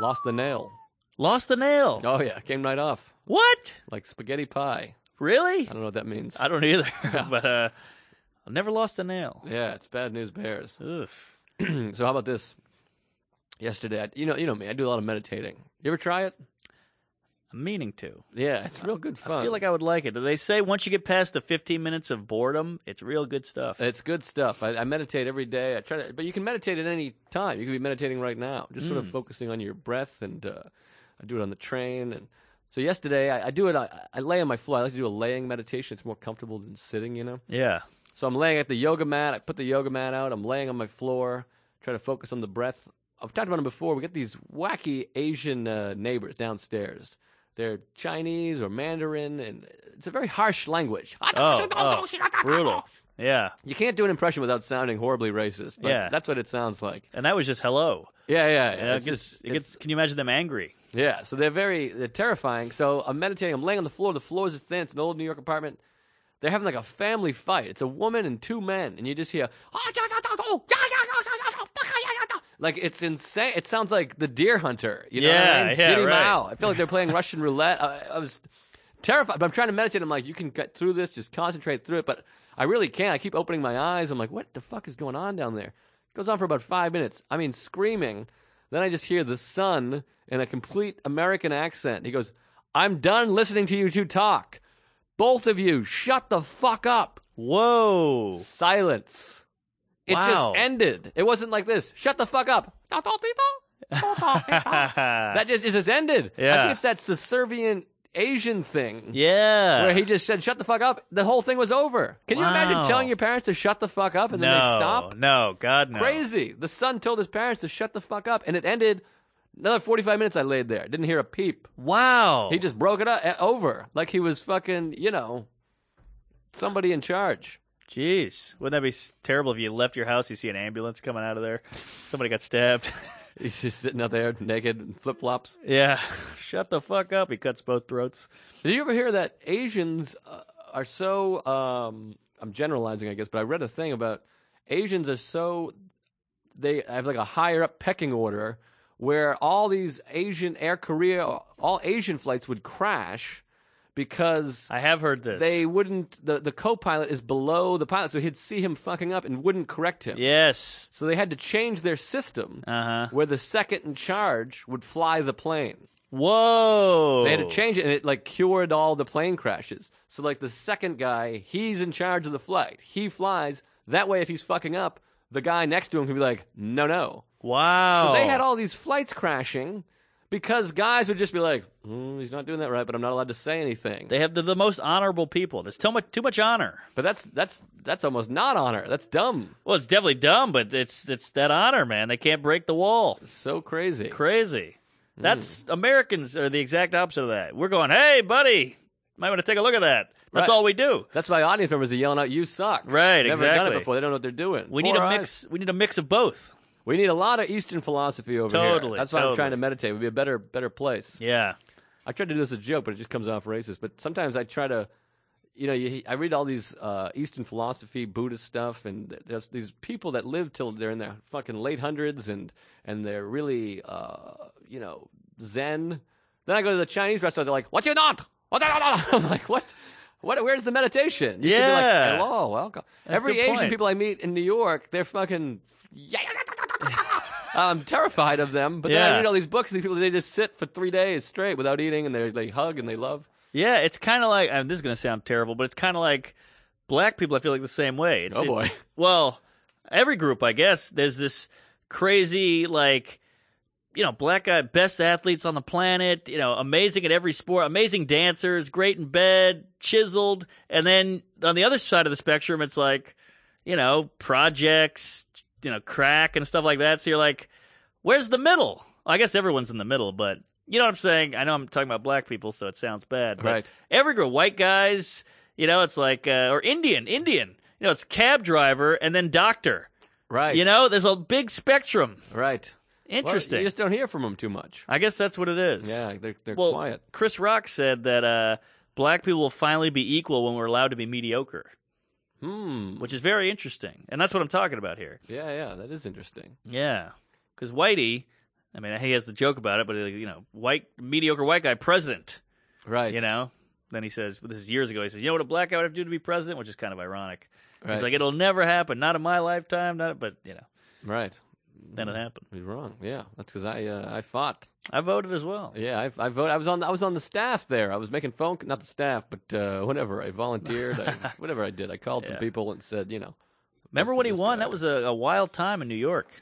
[SPEAKER 2] Lost the nail.
[SPEAKER 3] Lost the nail.
[SPEAKER 2] Oh yeah, came right off
[SPEAKER 3] What?
[SPEAKER 2] like spaghetti pie.
[SPEAKER 3] Really?
[SPEAKER 2] I don't know what that means.
[SPEAKER 3] I don't either. but uh, I've never lost a nail.
[SPEAKER 2] Yeah, it's bad news bears.
[SPEAKER 3] Oof.
[SPEAKER 2] so how about this? Yesterday, I, you know, you know me. I do a lot of meditating. You ever try it?
[SPEAKER 3] I'm meaning to.
[SPEAKER 2] Yeah, it's real good fun.
[SPEAKER 3] I feel like I would like it. They say once you get past the 15 minutes of boredom, it's real good stuff.
[SPEAKER 2] It's good stuff. I, I meditate every day. I try
[SPEAKER 3] Mm.
[SPEAKER 2] to, but you can meditate at any time. You can be meditating right now, just sort of focusing on your breath and uh, I do it on the train, and so yesterday I, I do it. I, I lay on my floor. I like to do a laying meditation. It's more comfortable than sitting, you know.
[SPEAKER 3] Yeah.
[SPEAKER 2] So I'm laying at the yoga mat. I put the yoga mat out. I'm laying on my floor, trying to focus on the breath. I've talked about them before. We get these wacky Asian uh, neighbors downstairs. They're Chinese or Mandarin, and it's a very harsh language.
[SPEAKER 3] Oh, oh, brutal. Yeah.
[SPEAKER 2] You can't do an impression without sounding horribly racist, but
[SPEAKER 3] Yeah.
[SPEAKER 2] that's what it sounds like.
[SPEAKER 3] And that was just hello.
[SPEAKER 2] Yeah, yeah.
[SPEAKER 3] And it
[SPEAKER 2] it's
[SPEAKER 3] gets,
[SPEAKER 2] just-
[SPEAKER 3] it gets, can you imagine them angry?
[SPEAKER 2] yeah, so they're very they're terrifying. So I'm meditating. I'm laying on the floor. The floors are thin. It's an old New York apartment. They're having like a family fight. It's a woman and two men, and you just hear "Ah, oh, like it's insane. It sounds like the Deer Hunter. You know what I
[SPEAKER 3] Yeah,
[SPEAKER 2] mean?
[SPEAKER 3] yeah,
[SPEAKER 2] Diddy
[SPEAKER 3] right.
[SPEAKER 2] Mao. I feel like they're playing Russian roulette. I, I was terrified, but I'm trying to meditate. I'm like, you can get through this. Just concentrate through it. But I really can't. I keep opening my eyes. I'm like, what the fuck is going on down there? It goes on for about five minutes. I mean, screaming. Then I just hear the son in a complete American accent. He goes, I'm done listening to you two talk. Both of you, shut the fuck up.
[SPEAKER 3] Whoa.
[SPEAKER 2] Silence. It
[SPEAKER 3] Wow.
[SPEAKER 2] just ended. It wasn't like this. Shut the fuck up. that just, it just ended. I
[SPEAKER 3] Uh, Yeah.
[SPEAKER 2] think it's that subservient Asian thing
[SPEAKER 3] yeah.
[SPEAKER 2] where he just said, shut the fuck up. The whole thing was over. Can you imagine
[SPEAKER 3] Wow.
[SPEAKER 2] telling your parents to shut the fuck up and
[SPEAKER 3] no,
[SPEAKER 2] then they stop?
[SPEAKER 3] No, God, no.
[SPEAKER 2] Crazy. The son told his parents to shut the fuck up, and it ended. Another 45 minutes I laid there. Didn't hear a peep.
[SPEAKER 3] Wow.
[SPEAKER 2] He just broke it up, eh, over like he was fucking, you know, somebody in charge.
[SPEAKER 3] Jeez. Wouldn't that be s- terrible if you left your house, you see an ambulance coming out of there? Somebody got stabbed.
[SPEAKER 2] He's just sitting out there naked in flip flops.
[SPEAKER 3] yeah. Shut the fuck up. He cuts both throats.
[SPEAKER 2] Did you ever hear that Asians uh, are so? Um, I'm generalizing, I guess, but I read a thing about Asians are so they have like a higher up pecking order where all these Asian Air Korea, all Asian flights would crash because
[SPEAKER 3] I have heard this.
[SPEAKER 2] they wouldn't. The the co-pilot is below the pilot, so he'd see him fucking up and wouldn't correct him.
[SPEAKER 3] Yes.
[SPEAKER 2] So they had to change their system
[SPEAKER 3] Uh huh.
[SPEAKER 2] where the second in charge would fly the plane.
[SPEAKER 3] Whoa.
[SPEAKER 2] They
[SPEAKER 3] Oh.
[SPEAKER 2] had to change it, and it like cured all the plane crashes. So like the second guy, he's in charge of the flight. He flies that way. If he's fucking up, the guy next to him can be like, "No, no."
[SPEAKER 3] Wow.
[SPEAKER 2] So they had all these flights crashing because guys would just be like, "Mm, "He's not doing that right," but I'm not allowed to say anything.
[SPEAKER 3] They have the, the most honorable people. There's too much too much honor.
[SPEAKER 2] but that's that's that's almost not honor. That's dumb.
[SPEAKER 3] Well, it's definitely dumb, but it's it's that honor, man. They can't break the wall.
[SPEAKER 2] So crazy.
[SPEAKER 3] Crazy.
[SPEAKER 2] Hmm.
[SPEAKER 3] That's Americans are the exact opposite of that. We're going, hey, buddy, might want to take a look at that.
[SPEAKER 2] Right.
[SPEAKER 3] That's all we do.
[SPEAKER 2] that's why audience members are yelling out, "You suck!"
[SPEAKER 3] Right,
[SPEAKER 2] Never done
[SPEAKER 3] exactly.
[SPEAKER 2] it before. They don't know what they're doing.
[SPEAKER 3] We need
[SPEAKER 2] Four
[SPEAKER 3] a
[SPEAKER 2] eyes.
[SPEAKER 3] mix. We need a mix of both.
[SPEAKER 2] We need a lot of Eastern philosophy over here.
[SPEAKER 3] Totally,
[SPEAKER 2] That's why I'm trying
[SPEAKER 3] totally.
[SPEAKER 2] to meditate. It would be a better better place.
[SPEAKER 3] Yeah.
[SPEAKER 2] I tried to do this as a joke, but it just comes off racist. But sometimes I try to, you know, you, I read all these uh, Eastern philosophy, Buddhist stuff, and there's these people that live till they're in their fucking late hundreds, and and they're really, uh, you know, Zen. Then I go to the Chinese restaurant. They're like, "What you not?" I'm like, "What? What? Where's the meditation?" You should be like,
[SPEAKER 3] Yeah.
[SPEAKER 2] Hello, welcome.
[SPEAKER 3] That's a
[SPEAKER 2] Every
[SPEAKER 3] good
[SPEAKER 2] Asian
[SPEAKER 3] point.
[SPEAKER 2] people I meet in New York, they're fucking. I'm terrified of them, but then I
[SPEAKER 3] Yeah.
[SPEAKER 2] read all these books. And these people they just sit for three days straight without eating, and they they hug and they love.
[SPEAKER 3] Yeah, it's kind of like and this is going to sound terrible, but it's kind of like black people. I feel like the same way. It's,
[SPEAKER 2] Oh,
[SPEAKER 3] it's-
[SPEAKER 2] boy.
[SPEAKER 3] well, every group, I guess. There's this crazy like, you know, black guy best athletes on the planet. You know, amazing at every sport, amazing dancers, great in bed, chiseled. And then on the other side of the spectrum, it's like, you know, projects, you know, crack and stuff like that. So you're like, where's the middle? I guess everyone's in the middle, but you know what I'm saying. I know I'm talking about black people, so it sounds bad. But
[SPEAKER 2] Right.
[SPEAKER 3] Every girl, white guys, you know, it's like uh, or Indian, Indian. You know, it's cab driver and then doctor.
[SPEAKER 2] Right.
[SPEAKER 3] You know, there's a big spectrum.
[SPEAKER 2] Right. Well,
[SPEAKER 3] Interesting.
[SPEAKER 2] you just don't hear from them too much.
[SPEAKER 3] I guess that's what it is.
[SPEAKER 2] Yeah, they're they're
[SPEAKER 3] Well,
[SPEAKER 2] quiet.
[SPEAKER 3] Chris Rock said that uh, black people will finally be equal when we're allowed to be mediocre,
[SPEAKER 2] Hmm.
[SPEAKER 3] which is very interesting, and that's what I'm talking about here.
[SPEAKER 2] Yeah, yeah, that is interesting.
[SPEAKER 3] Yeah, because Whitey, I mean, he has the joke about it, but uh, you know, white mediocre white guy president.
[SPEAKER 2] Right.
[SPEAKER 3] You know, then he says, well, "This is years ago." He says, "You know what a black guy would have to do to be president?" Which is kind of ironic.
[SPEAKER 2] Right.
[SPEAKER 3] He's like, "It'll never happen. Not in my lifetime. Not." But you know,
[SPEAKER 2] right.
[SPEAKER 3] then
[SPEAKER 2] Mm-hmm.
[SPEAKER 3] it happened.
[SPEAKER 2] You're wrong. Yeah, that's because I uh, I fought.
[SPEAKER 3] I voted as well.
[SPEAKER 2] Yeah, I, I vote. I was on. I was on the staff there. I was making phone, not the staff, but uh, whatever. I volunteered. I, whatever I did, I called some
[SPEAKER 3] Yeah.
[SPEAKER 2] people and said, you know,
[SPEAKER 3] Remember when he
[SPEAKER 2] This
[SPEAKER 3] won?
[SPEAKER 2] guy.
[SPEAKER 3] That was a, a wild time in New York.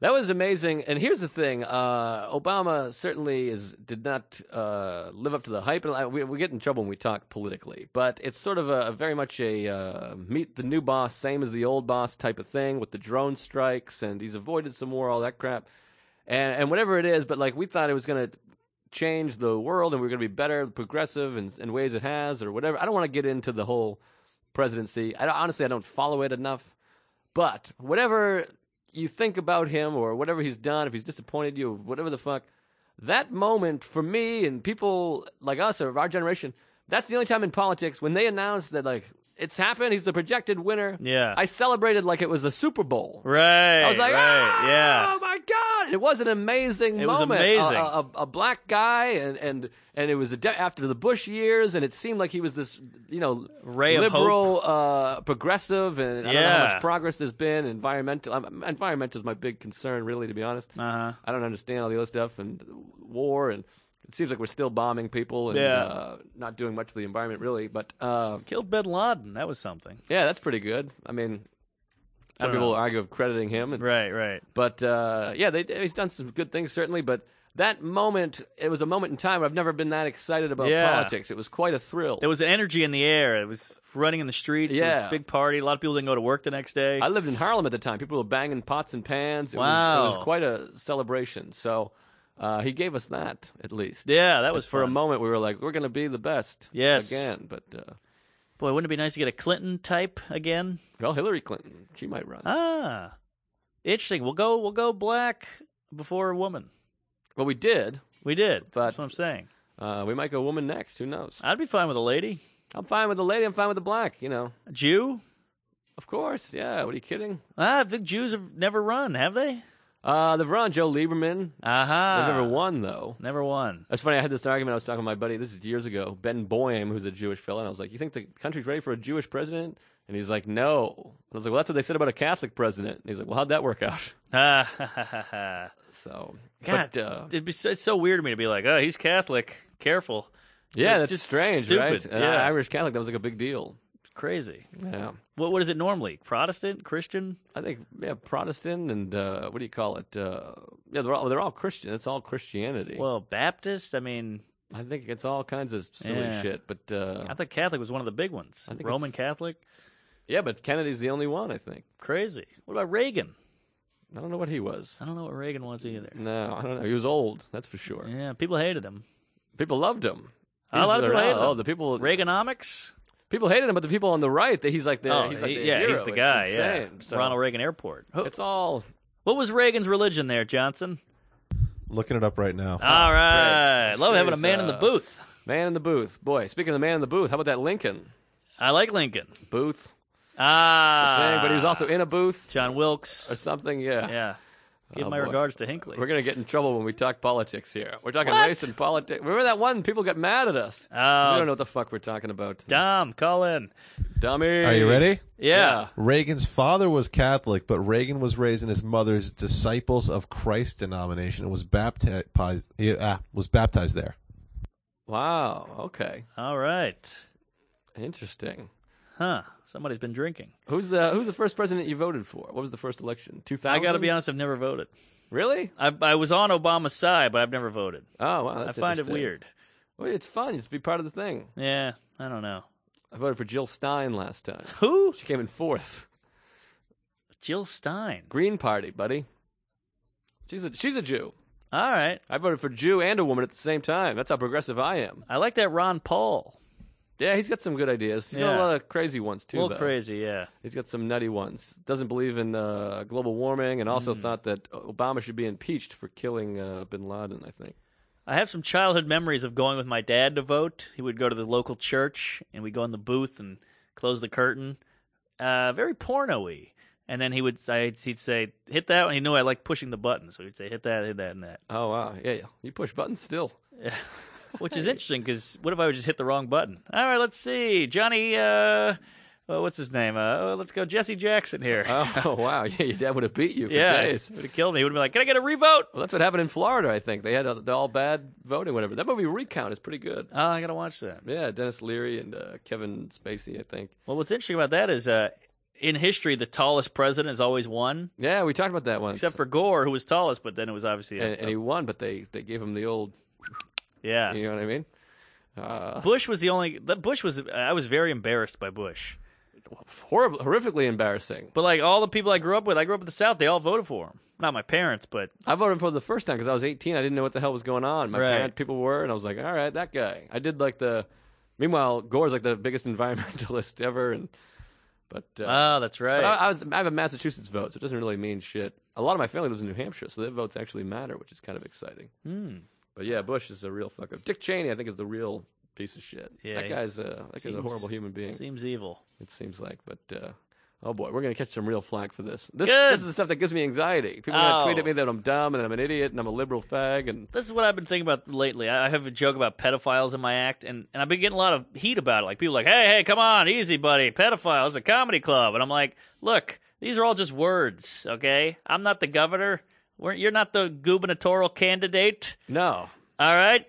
[SPEAKER 2] That was amazing. And here's the thing: uh, Obama certainly is did not uh, live up to the hype. And I, we, we get in trouble when we talk politically, but it's sort of a, a very much a uh, meet the new boss, same as the old boss type of thing with the drone strikes, and he's avoided some war, all that crap, and and whatever it is. But like we thought it was going to change the world, and we are going to be better, progressive, in, in ways it has, or whatever. I don't want to get into the whole presidency. I don't, honestly I don't follow it enough, but whatever you think about him or whatever he's done, if he's disappointed you, whatever the fuck, that moment for me and people like us or our generation, that's the only time in politics when they announce that like it's happened, he's the projected winner.
[SPEAKER 3] Yeah.
[SPEAKER 2] I celebrated like it was the Super Bowl.
[SPEAKER 3] Right.
[SPEAKER 2] I was like,
[SPEAKER 3] right,
[SPEAKER 2] "Ah,
[SPEAKER 3] yeah.
[SPEAKER 2] oh my god! It was an amazing
[SPEAKER 3] It was
[SPEAKER 2] moment. A-
[SPEAKER 3] amazing.
[SPEAKER 2] A, a- a black guy, and and and it was a de- after the Bush years, and it seemed like he was this, you know,
[SPEAKER 3] Ray of
[SPEAKER 2] liberal, uh, progressive, and I don't know how
[SPEAKER 3] Yeah.
[SPEAKER 2] much progress there's been. Environmental, um, environmental is my big concern, really, to be honest.
[SPEAKER 3] Uh-huh.
[SPEAKER 2] I don't understand all the other stuff and war, and it seems like we're still bombing people and
[SPEAKER 3] Yeah.
[SPEAKER 2] uh, not doing much for the environment, really. But uh,
[SPEAKER 3] Killed Bin Laden. That was something.
[SPEAKER 2] yeah, that's pretty good. I mean. Some
[SPEAKER 3] Dunno.
[SPEAKER 2] people argue of crediting him, and
[SPEAKER 3] Right, right.
[SPEAKER 2] but uh, yeah, they, he's done some good things certainly. But that moment, it was a moment in time where I've never been that excited about
[SPEAKER 3] Yeah.
[SPEAKER 2] politics. It was quite a thrill.
[SPEAKER 3] There was energy in the air. It was running in the streets. It was
[SPEAKER 2] Yeah.
[SPEAKER 3] a big party. A lot of people didn't go to work the next day.
[SPEAKER 2] I lived in Harlem at the time. People were banging pots and pans. It, was, it
[SPEAKER 3] Wow.
[SPEAKER 2] was quite a celebration. So uh, he gave us that at least.
[SPEAKER 3] yeah, that was
[SPEAKER 2] For a
[SPEAKER 3] fun.
[SPEAKER 2] moment, we were like, "We're going to be the best."
[SPEAKER 3] Yes.
[SPEAKER 2] again. But uh,
[SPEAKER 3] Boy, wouldn't it be nice to get a Clinton type again?
[SPEAKER 2] well, Hillary Clinton, she might run.
[SPEAKER 3] Ah, interesting. We'll go. We'll go black before a woman.
[SPEAKER 2] well, we did.
[SPEAKER 3] We did.
[SPEAKER 2] But-
[SPEAKER 3] That's what I'm saying.
[SPEAKER 2] Uh, we might go woman next. Who knows?
[SPEAKER 3] I'd be fine with a lady,
[SPEAKER 2] I'm fine with the lady. I'm fine with the black. You know,
[SPEAKER 3] a Jew.
[SPEAKER 2] of course. Yeah. What are you kidding?
[SPEAKER 3] Ah, big Jews have never run, have they?
[SPEAKER 2] Uh, they've run Joe Lieberman.
[SPEAKER 3] Aha.
[SPEAKER 2] They've
[SPEAKER 3] Uh,
[SPEAKER 2] never won though.
[SPEAKER 3] Never won.
[SPEAKER 2] That's funny. I had this argument. I was talking to my buddy. This is years ago. Ben Boehm, who's a Jewish fellow, and I was like, "You think the country's ready for a Jewish president?" And he's like, "No." And I was like, "Well, that's what they said about a Catholic president." And he's like, "Well, how'd that work out?"
[SPEAKER 3] Ah, ha, ha, ha, ha.
[SPEAKER 2] So,
[SPEAKER 3] God,
[SPEAKER 2] but, uh,
[SPEAKER 3] it'd be, it's so weird to me to be like, oh, he's Catholic. Careful.
[SPEAKER 2] yeah,
[SPEAKER 3] it's
[SPEAKER 2] that's
[SPEAKER 3] just
[SPEAKER 2] strange, right?
[SPEAKER 3] stupid.
[SPEAKER 2] An
[SPEAKER 3] Yeah.
[SPEAKER 2] Irish Catholic, that was like a big deal.
[SPEAKER 3] Crazy.
[SPEAKER 2] Yeah,
[SPEAKER 3] What What is it normally? Protestant, Christian?
[SPEAKER 2] I think yeah, Protestant and uh, what do you call it? Uh, yeah, they're all they're all Christian. It's all Christianity.
[SPEAKER 3] Well, Baptist. I mean,
[SPEAKER 2] I think it's all kinds of silly
[SPEAKER 3] Yeah.
[SPEAKER 2] shit. But uh,
[SPEAKER 3] I thought Catholic was one of the big ones.
[SPEAKER 2] I think
[SPEAKER 3] Roman
[SPEAKER 2] it's-
[SPEAKER 3] Catholic.
[SPEAKER 2] yeah, but Kennedy's the only one. I think.
[SPEAKER 3] Crazy. What about Reagan?
[SPEAKER 2] I don't know what he was.
[SPEAKER 3] I don't know what Reagan was either.
[SPEAKER 2] No, I don't know. He was old. That's for sure.
[SPEAKER 3] Yeah, people hated him.
[SPEAKER 2] People loved him.
[SPEAKER 3] A lot of
[SPEAKER 2] He's-
[SPEAKER 3] people hated
[SPEAKER 2] Oh,
[SPEAKER 3] him.
[SPEAKER 2] the people
[SPEAKER 3] Reaganomics. Oh,
[SPEAKER 2] people hated him, but the people on the right, they- he's like the Oh, he's like
[SPEAKER 3] he-
[SPEAKER 2] the
[SPEAKER 3] yeah, he's
[SPEAKER 2] hero.
[SPEAKER 3] the
[SPEAKER 2] It's
[SPEAKER 3] guy.
[SPEAKER 2] insane.
[SPEAKER 3] yeah,
[SPEAKER 2] So
[SPEAKER 3] Ronald Reagan Airport. Who-
[SPEAKER 2] It's all
[SPEAKER 3] what was Reagan's religion there, Johnson?
[SPEAKER 4] Looking it up right now.
[SPEAKER 3] All right,
[SPEAKER 2] I'm
[SPEAKER 3] love
[SPEAKER 2] sure
[SPEAKER 3] having a
[SPEAKER 2] Oh, he's,
[SPEAKER 3] man in the
[SPEAKER 2] uh,
[SPEAKER 3] booth.
[SPEAKER 2] man in the booth. Boy, speaking of the man in the booth, how about that Lincoln
[SPEAKER 3] I like Lincoln.
[SPEAKER 2] booth?
[SPEAKER 3] Ah,
[SPEAKER 2] thing? but he was also in a booth
[SPEAKER 3] John Wilkes.
[SPEAKER 2] or something. Ah. Yeah.
[SPEAKER 3] Yeah, give
[SPEAKER 2] Oh,
[SPEAKER 3] my
[SPEAKER 2] boy.
[SPEAKER 3] regards to Hinckley.
[SPEAKER 2] We're gonna get in trouble when we talk politics here. We're talking
[SPEAKER 3] What?
[SPEAKER 2] race and politics. Remember that one? People got mad at us. 'Cause we
[SPEAKER 3] Uh,
[SPEAKER 2] don't know what the fuck we're talking about.
[SPEAKER 3] Dom, call in.
[SPEAKER 2] Dummy.
[SPEAKER 4] Are you ready?
[SPEAKER 3] Yeah,
[SPEAKER 4] Reagan's father was Catholic, but Reagan was raised in his mother's Disciples of Christ denomination and was baptized. He, ah, was baptized there.
[SPEAKER 2] Wow. Okay.
[SPEAKER 3] all right.
[SPEAKER 2] Interesting.
[SPEAKER 3] Huh? Somebody's been drinking.
[SPEAKER 2] Who's the Who's the first president you voted for? What was the first election? Two
[SPEAKER 3] I
[SPEAKER 2] thousand.
[SPEAKER 3] got to be honest. I've never voted.
[SPEAKER 2] Really?
[SPEAKER 3] I, I was on Obama's side, but I've never voted.
[SPEAKER 2] Oh wow, that's
[SPEAKER 3] I find it
[SPEAKER 2] interesting.
[SPEAKER 3] weird.
[SPEAKER 2] Well, it's fun. Just be part of the thing.
[SPEAKER 3] Yeah, I don't know.
[SPEAKER 2] I voted for Jill Stein last time.
[SPEAKER 3] Who?
[SPEAKER 2] She came in fourth.
[SPEAKER 3] Jill Stein.
[SPEAKER 2] Green Party, buddy. She's a she's a Jew.
[SPEAKER 3] All right.
[SPEAKER 2] I voted for Jew and a woman at the same time. That's how progressive I am.
[SPEAKER 3] I like that Ron Paul.
[SPEAKER 2] Yeah, he's got some good ideas. He's got
[SPEAKER 3] Yeah.
[SPEAKER 2] a lot of crazy ones too.
[SPEAKER 3] a little
[SPEAKER 2] though.
[SPEAKER 3] crazy, yeah.
[SPEAKER 2] He's got some nutty ones. Doesn't believe in uh, global warming, and also
[SPEAKER 3] Hmm.
[SPEAKER 2] thought that Obama should be impeached for killing uh, Bin Laden. I think.
[SPEAKER 3] I have some childhood memories of going with my dad to vote. He would go to the local church, and we'd go in the booth and close the curtain. Uh, very porno-y. And then he would, I, he'd say, "Hit that," and he knew I liked pushing the button, so he'd say, "Hit that, hit that, and that,"
[SPEAKER 2] Oh wow, yeah, yeah. You push buttons still.
[SPEAKER 3] which is interesting because what if I would just hit the wrong button? All right, let's see, Johnny. Uh, well, what's his name? Uh, oh, let's go, Jesse Jackson here.
[SPEAKER 2] Oh wow, yeah. Your dad would have beat you for
[SPEAKER 3] yeah,
[SPEAKER 2] days.
[SPEAKER 3] would have killed me. He would have been like, "Can I get a revote?"
[SPEAKER 2] Well, that's what happened in Florida. I think they had a, the all bad voting, whatever. That movie Recount is pretty good.
[SPEAKER 3] Oh, I gotta watch that.
[SPEAKER 2] Yeah, Dennis Leary and uh, Kevin Spacey, I think.
[SPEAKER 3] Well, what's interesting about that is uh, in history the tallest president has always won,
[SPEAKER 2] Yeah, we talked about that once.
[SPEAKER 3] except for Gore, who was tallest, but then it was obviously
[SPEAKER 2] and, and he won, but they they gave him the old.
[SPEAKER 3] yeah.
[SPEAKER 2] You know what I mean? Uh,
[SPEAKER 3] Bush was the only. that Bush was. I was very embarrassed by Bush.
[SPEAKER 2] horrible, horrifically embarrassing.
[SPEAKER 3] But like all the people I grew up with, I grew up in the South. They all voted for him. Not my parents, but
[SPEAKER 2] I voted for him the first time because I was 18. I didn't know what the hell was going on. My
[SPEAKER 3] Right.
[SPEAKER 2] parent people were, and I was like, all right, that guy. I did like the. Meanwhile, Gore's like the biggest environmentalist ever, and but uh,
[SPEAKER 3] oh, that's right.
[SPEAKER 2] but I, I was I have a Massachusetts vote, so it doesn't really mean shit. A lot of my family lives in New Hampshire, so their votes actually matter, which is kind of exciting.
[SPEAKER 3] Hmm.
[SPEAKER 2] But yeah, Bush is a real fuck up. Dick Cheney, I think, is the real piece of shit.
[SPEAKER 3] Yeah,
[SPEAKER 2] that
[SPEAKER 3] he
[SPEAKER 2] guy's a that guy's a
[SPEAKER 3] seems-
[SPEAKER 2] horrible human being.
[SPEAKER 3] Seems evil.
[SPEAKER 2] It seems like, but uh, oh boy, we're gonna catch some real flack for this. This
[SPEAKER 3] Good.
[SPEAKER 2] this is the stuff that gives me anxiety. People are gonna tweet
[SPEAKER 3] Oh.
[SPEAKER 2] at me that I'm dumb and I'm an idiot and I'm a liberal fag and
[SPEAKER 3] This is what I've been thinking about lately. I I have a joke about pedophiles in my act, and, and I've been getting a lot of heat about it. Like people are like, hey, hey, come on, easy, buddy. Pedophile is a comedy club, and I'm like, look, these are all just words, okay? I'm not the governor. We're, you're not the gubernatorial candidate.
[SPEAKER 2] no,
[SPEAKER 3] All right.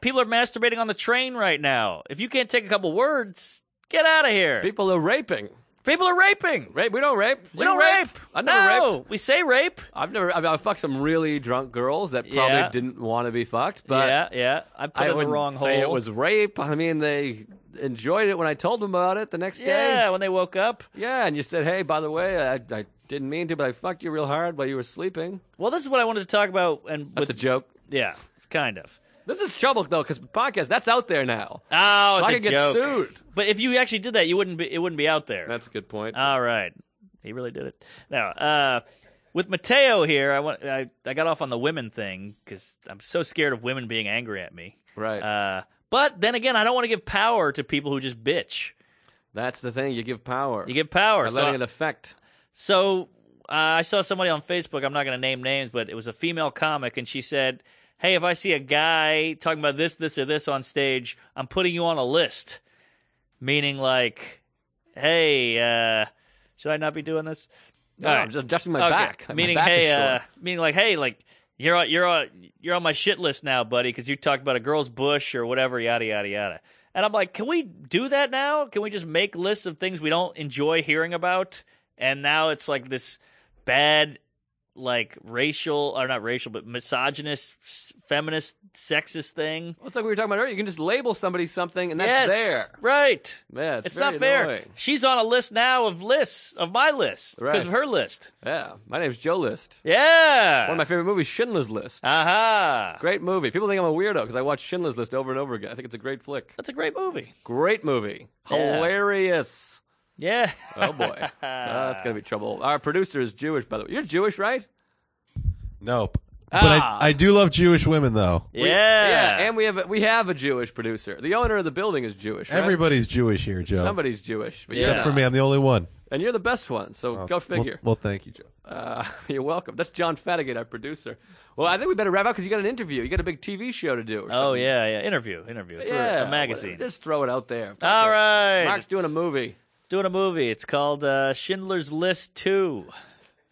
[SPEAKER 3] People are masturbating on the train right now. If you can't take a couple words, get out of here.
[SPEAKER 2] people are raping.
[SPEAKER 3] People are raping.
[SPEAKER 2] Rape? We don't rape.
[SPEAKER 3] We
[SPEAKER 2] You
[SPEAKER 3] don't rape.
[SPEAKER 2] I never
[SPEAKER 3] no,
[SPEAKER 2] raped.
[SPEAKER 3] we say rape.
[SPEAKER 2] I've never. I, mean, I fucked some really drunk girls that probably
[SPEAKER 3] Yeah.
[SPEAKER 2] didn't want to be fucked, but
[SPEAKER 3] yeah, yeah. I put
[SPEAKER 2] I
[SPEAKER 3] in the
[SPEAKER 2] wouldn't
[SPEAKER 3] wrong hole.
[SPEAKER 2] say it was rape. I mean, they enjoyed it when I told them about it the next
[SPEAKER 3] yeah,
[SPEAKER 2] day.
[SPEAKER 3] when they woke up.
[SPEAKER 2] Yeah, and you said, "Hey, by the way, I, I didn't mean to, but I fucked you real hard while you were sleeping."
[SPEAKER 3] Well, this is what I wanted to talk about, and
[SPEAKER 2] That's
[SPEAKER 3] with
[SPEAKER 2] a joke.
[SPEAKER 3] yeah, kind of.
[SPEAKER 2] This is trouble though, because podcast that's out there now.
[SPEAKER 3] Oh,
[SPEAKER 2] So
[SPEAKER 3] it's
[SPEAKER 2] I
[SPEAKER 3] a
[SPEAKER 2] could get
[SPEAKER 3] joke.
[SPEAKER 2] sued.
[SPEAKER 3] But if you actually did that, you wouldn't be. It wouldn't be out there.
[SPEAKER 2] That's a good point.
[SPEAKER 3] All right, he really did it. Now, uh, with Mateo here, I want. I, I got off on the women thing because I'm so scared of women being angry at me.
[SPEAKER 2] right.
[SPEAKER 3] Uh, but then again, I don't want to give power to people who just bitch.
[SPEAKER 2] that's the thing. You give power.
[SPEAKER 3] You give power.
[SPEAKER 2] By
[SPEAKER 3] So,
[SPEAKER 2] letting it affect.
[SPEAKER 3] so, uh, I saw somebody on Facebook. I'm not going to name names, but it was a female comic, and she said, "Hey, if I see a guy talking about this, this, or this on stage, I'm putting you on a list." Meaning, like, hey, uh, should I not be doing this?
[SPEAKER 2] No,
[SPEAKER 3] All right.
[SPEAKER 2] I'm just adjusting my
[SPEAKER 3] Okay.
[SPEAKER 2] back. My
[SPEAKER 3] Meaning,
[SPEAKER 2] back is
[SPEAKER 3] hey, uh,
[SPEAKER 2] sore.
[SPEAKER 3] meaning like, hey, like you're on, you're on, you're on my shit list now, buddy, because you talked about a girl's bush or whatever, yada yada yada. And I'm like, can we do that now? Can we just make lists of things we don't enjoy hearing about? And now it's like this bad, like racial or not racial, but misogynist, s- feminist, sexist thing.
[SPEAKER 2] Well, it's like we were talking about earlier. You can just label somebody something, and that's
[SPEAKER 3] yes,
[SPEAKER 2] there.
[SPEAKER 3] right.
[SPEAKER 2] Yeah, it's,
[SPEAKER 3] It's, not
[SPEAKER 2] very
[SPEAKER 3] fair.
[SPEAKER 2] annoying.
[SPEAKER 3] She's on a list now of lists of my list because
[SPEAKER 2] Right.
[SPEAKER 3] of her list.
[SPEAKER 2] Yeah, my name's Joe List.
[SPEAKER 3] Yeah. Uh-huh.
[SPEAKER 2] One of my favorite movies, Schindler's List.
[SPEAKER 3] Aha.
[SPEAKER 2] great movie. People think I'm a weirdo because I watch Schindler's List over and over again. I think it's a great flick.
[SPEAKER 3] That's a great movie.
[SPEAKER 2] Great movie.
[SPEAKER 3] Yeah.
[SPEAKER 2] Hilarious.
[SPEAKER 3] Yeah.
[SPEAKER 2] Oh boy, uh, that's gonna be trouble. Our producer is Jewish, by the way. You're Jewish, right?
[SPEAKER 4] Nope. But
[SPEAKER 2] Ah.
[SPEAKER 4] I, I do love Jewish women, though.
[SPEAKER 3] yeah.
[SPEAKER 2] We- yeah, and we have a, we have a Jewish producer. The owner of the building is Jewish. right?
[SPEAKER 4] Everybody's Jewish here, Joe.
[SPEAKER 2] somebody's Jewish, but
[SPEAKER 4] Except
[SPEAKER 2] yeah.
[SPEAKER 4] for me. I'm the only one.
[SPEAKER 2] And you're the best one, so
[SPEAKER 4] Oh,
[SPEAKER 2] go
[SPEAKER 4] well-
[SPEAKER 2] figure.
[SPEAKER 4] Well, thank you, Joe.
[SPEAKER 2] uh, you're welcome. That's John Fatigate, our producer. Well, I think we better wrap up because you got an interview. You got a big TV show to do. Or
[SPEAKER 3] oh
[SPEAKER 2] something.
[SPEAKER 3] yeah, yeah. Interview, interview for
[SPEAKER 2] yeah,
[SPEAKER 3] a magazine.
[SPEAKER 2] Just throw it out there.
[SPEAKER 3] All right.
[SPEAKER 2] Mark's doing a
[SPEAKER 3] It's-
[SPEAKER 2] movie.
[SPEAKER 3] doing a movie. It's called uh, Schindler's List Two.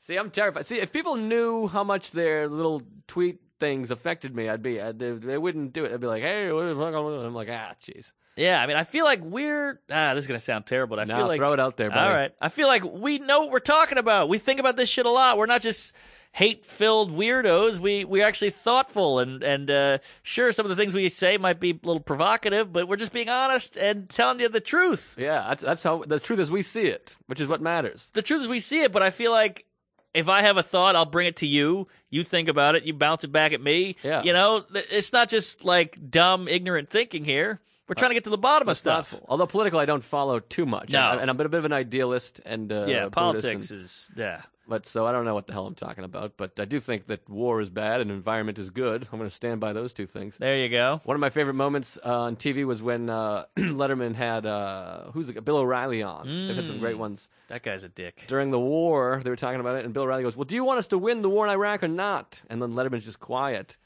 [SPEAKER 2] See, I'm terrified. See, if people knew how much their little tweet things affected me, I'd be, I'd, they, they wouldn't do it. They'd be like, hey, what the fuck? I'm like, ah, jeez.
[SPEAKER 3] Yeah, I mean, I feel like we're ah, this is gonna sound terrible. But I
[SPEAKER 2] Now
[SPEAKER 3] feel like
[SPEAKER 2] throw it out there, buddy.
[SPEAKER 3] all right. I feel like we know what we're talking about. We think about this shit a lot. We're not just hate-filled weirdos. We we're actually thoughtful and and uh, sure some of the things we say might be a little provocative, but we're just being honest and telling you the truth.
[SPEAKER 2] Yeah, that's, that's how the truth is we see it, which is what matters.
[SPEAKER 3] the truth is we see it, but I feel like if I have a thought, I'll bring it to you. You think about it, you bounce it back at me.
[SPEAKER 2] Yeah.
[SPEAKER 3] You know, Th- it's not just like dumb, ignorant thinking here. We're trying to get to the bottom of stuff.
[SPEAKER 2] Thoughtful. Although political, I don't follow too much.
[SPEAKER 3] No.
[SPEAKER 2] I- and I'm a bit of an idealist and uh,
[SPEAKER 3] Yeah,
[SPEAKER 2] Buddhist
[SPEAKER 3] politics
[SPEAKER 2] and-
[SPEAKER 3] is yeah.
[SPEAKER 2] but so I don't know what the hell I'm talking about. But I do think that war is bad and environment is good. I'm going to stand by those two things.
[SPEAKER 3] There you go.
[SPEAKER 2] One of my favorite moments uh, on TV was when uh, Letterman had uh, who's the, guy? Bill O'Reilly on. They've had some great ones
[SPEAKER 3] That guy's a dick.
[SPEAKER 2] during the war. They were talking about it, and Bill O'Reilly goes, "Well, do you want us to win the war in Iraq or not?" And then Letterman's just quiet,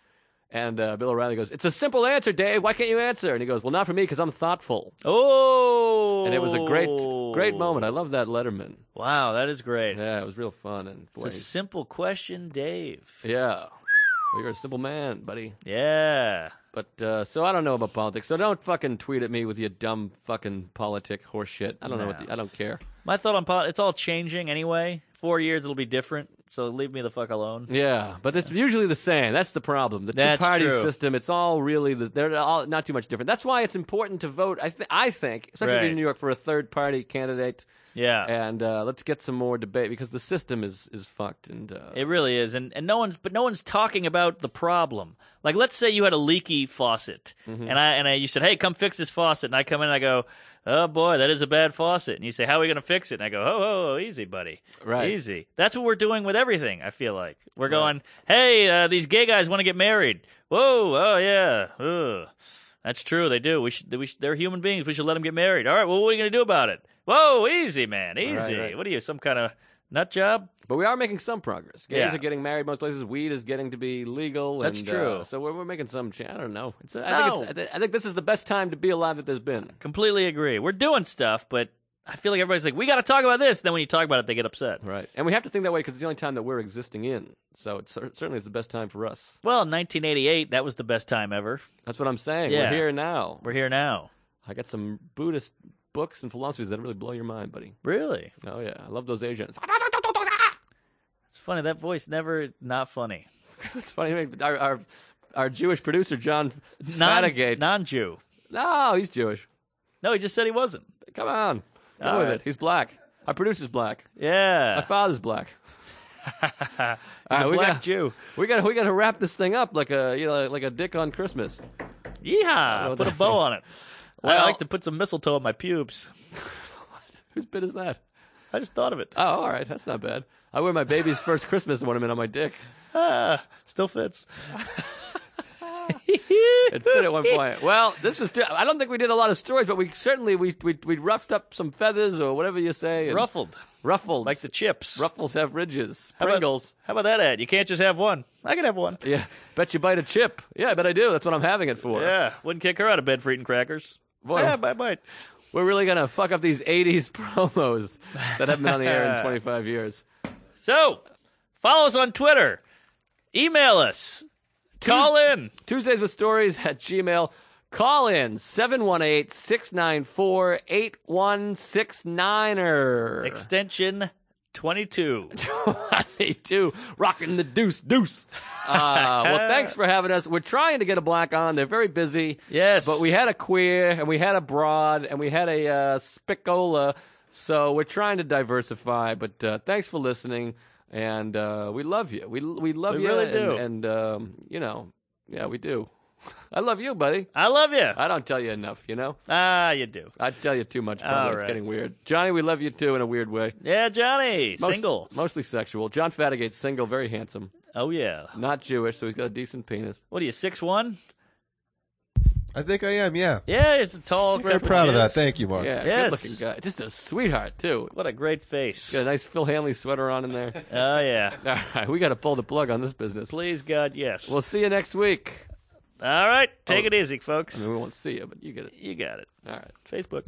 [SPEAKER 2] and uh, Bill O'Reilly goes, "It's a simple answer, Dave. Why can't you answer?" And he goes, "Well, not for me because I'm thoughtful."
[SPEAKER 3] Oh.
[SPEAKER 2] And it was a great, great moment. I love that Letterman.
[SPEAKER 3] Wow, that is great.
[SPEAKER 2] Yeah, it was real fun and boy,
[SPEAKER 3] It's a simple question, Dave.
[SPEAKER 2] yeah. Well, you're a simple man, buddy.
[SPEAKER 3] Yeah.
[SPEAKER 2] But uh, so I don't know about politics. So don't fucking tweet at me with your dumb fucking politic horse shit. I don't know what
[SPEAKER 3] No.
[SPEAKER 2] the, I don't care.
[SPEAKER 3] My thought on politics, it's all changing anyway. Four years, it'll be different. So leave me the fuck alone.
[SPEAKER 2] Yeah, but it's usually the same. That's the problem. The
[SPEAKER 3] That's
[SPEAKER 2] two-party
[SPEAKER 3] true.
[SPEAKER 2] system. It's all really the, they're all not too much different. That's why it's important to vote. I th- I think, especially
[SPEAKER 3] Right.
[SPEAKER 2] in New York, for a third-party candidate.
[SPEAKER 3] Yeah.
[SPEAKER 2] And uh, let's get some more debate because the system is is fucked. And uh,
[SPEAKER 3] It really is, and and no one's but no one's talking about the problem. Like, let's say you had a leaky faucet,
[SPEAKER 2] Mm-hmm.
[SPEAKER 3] and I and I you said, "Hey, come fix this faucet," and I come in and I go, "Oh boy, that is a bad faucet," and you say, "How are we going to fix it?" And I go, "Oh, oh, oh, easy, buddy,
[SPEAKER 2] Right.
[SPEAKER 3] easy." That's what we're doing with everything. I feel like we're going, "Hey, uh, these gay guys want to get married." Whoa, oh yeah, ugh. that's true. They do. We should, we should. They're human beings. We should let them get married. All right. Well, what are you going to do about it? Whoa, easy, man, easy.
[SPEAKER 2] right.
[SPEAKER 3] What are you, some kind of nut job?
[SPEAKER 2] but we are making some progress. Gays
[SPEAKER 3] Yeah.
[SPEAKER 2] are getting married most places. Weed is getting to be legal.
[SPEAKER 3] That's
[SPEAKER 2] and,
[SPEAKER 3] true.
[SPEAKER 2] uh, so we're, we're making some. Ch- I don't know. It's, I, think it's, I, thi- I think this is the best time to be alive that there's been.
[SPEAKER 3] Completely agree. We're doing stuff, but I feel like everybody's like, we got to talk about this. Then when you talk about it, they get upset.
[SPEAKER 2] Right. And we have to think that way because it's the only time that we're existing in. So it cer- certainly is the best time for us.
[SPEAKER 3] Well, 1988, that was the best time ever.
[SPEAKER 2] That's what I'm saying.
[SPEAKER 3] Yeah.
[SPEAKER 2] We're here now.
[SPEAKER 3] We're here now.
[SPEAKER 2] I got some Buddhist books and philosophies that really blow your mind, buddy.
[SPEAKER 3] Really?
[SPEAKER 2] Oh yeah, I love those Asians.
[SPEAKER 3] It's funny. That voice never not funny.
[SPEAKER 2] it's funny. Our our, our Jewish producer John
[SPEAKER 3] Non,
[SPEAKER 2] Fatigate.
[SPEAKER 3] non-Jew.
[SPEAKER 2] no, he's Jewish.
[SPEAKER 3] No, he just said he wasn't.
[SPEAKER 2] Come on, go
[SPEAKER 3] All
[SPEAKER 2] with
[SPEAKER 3] right.
[SPEAKER 2] it. He's black. Our producer's black. My
[SPEAKER 3] Yeah.
[SPEAKER 2] father's black.
[SPEAKER 3] He's
[SPEAKER 2] All
[SPEAKER 3] a
[SPEAKER 2] right, we
[SPEAKER 3] black
[SPEAKER 2] got-
[SPEAKER 3] Jew.
[SPEAKER 2] We got to we got to wrap this thing up like a you know like a dick on Christmas.
[SPEAKER 3] Yeehaw.
[SPEAKER 2] Well,
[SPEAKER 3] Put a
[SPEAKER 2] that-
[SPEAKER 3] bow on it. I
[SPEAKER 2] Oh, Well-
[SPEAKER 3] like to put some mistletoe on my pubes.
[SPEAKER 2] Whose bit is that?
[SPEAKER 3] I just thought of it.
[SPEAKER 2] Oh, all right, that's not bad. I wear my baby's first Christmas ornament on my dick.
[SPEAKER 3] Ah, still fits.
[SPEAKER 2] It fit at one point. Well, this was. I don't think we did a lot of stories, but we certainly we we, we roughed up some feathers or whatever you say. and-
[SPEAKER 3] Ruffled.
[SPEAKER 2] ruffled,
[SPEAKER 3] Like the chips.
[SPEAKER 2] ruffles have ridges.
[SPEAKER 3] How about-
[SPEAKER 2] Pringles.
[SPEAKER 3] How about that ad? You can't just have one. I can have one.
[SPEAKER 2] Yeah, bet you bite a chip. Yeah, I bet I do. That's what I'm having it for.
[SPEAKER 3] Yeah, wouldn't kick her out of bed for eating crackers.
[SPEAKER 2] Boy.
[SPEAKER 3] yeah, I might.
[SPEAKER 2] We're really gonna fuck up these '80s promos that haven't been on the air in 25 years.
[SPEAKER 3] So, follow us on Twitter, email us, call in.
[SPEAKER 2] Tuesdays with Stories at Gmail. Call in 718 694 8169er.
[SPEAKER 3] Extension twenty-two.
[SPEAKER 2] 22 rocking the deuce deuce uh, well thanks for having us we're trying to get a black on they're very busy
[SPEAKER 3] Yes.
[SPEAKER 2] but we had a queer and we had a broad and we had a uh, spicola so we're trying to diversify but uh, thanks for listening and uh, we love you we, we love
[SPEAKER 3] We
[SPEAKER 2] you
[SPEAKER 3] really
[SPEAKER 2] and,
[SPEAKER 3] do.
[SPEAKER 2] and um, you know yeah we do i love you buddy
[SPEAKER 3] I love you.
[SPEAKER 2] i don't tell you enough you know
[SPEAKER 3] Ah, you do.
[SPEAKER 2] i tell you too much
[SPEAKER 3] All
[SPEAKER 2] probably. it's
[SPEAKER 3] right.
[SPEAKER 2] getting weird johnny we love you too in a weird way
[SPEAKER 3] Yeah, Johnny,
[SPEAKER 2] Most-
[SPEAKER 3] single.
[SPEAKER 2] Mostly sexual. John Fatigate's single, very handsome.
[SPEAKER 3] Oh yeah.
[SPEAKER 2] Not Jewish, so he's got a decent penis.
[SPEAKER 3] What are you, six one?
[SPEAKER 4] I think I am. Yeah,
[SPEAKER 3] Yeah, he's a tall.
[SPEAKER 4] very proud of that. Thank you, Mark.
[SPEAKER 2] Yeah,
[SPEAKER 3] Yes.
[SPEAKER 2] good looking guy. Just a sweetheart, too.
[SPEAKER 3] What a great face.
[SPEAKER 2] Got a nice Phil Hanley sweater on in there.
[SPEAKER 3] Oh yeah.
[SPEAKER 2] All right, we got to pull the plug on this business.
[SPEAKER 3] Please God, yes.
[SPEAKER 2] We'll see you next week.
[SPEAKER 3] All right, take it easy, folks.
[SPEAKER 2] I mean, we won't see you, but you get it.
[SPEAKER 3] You got it.
[SPEAKER 2] All right.
[SPEAKER 3] Facebook.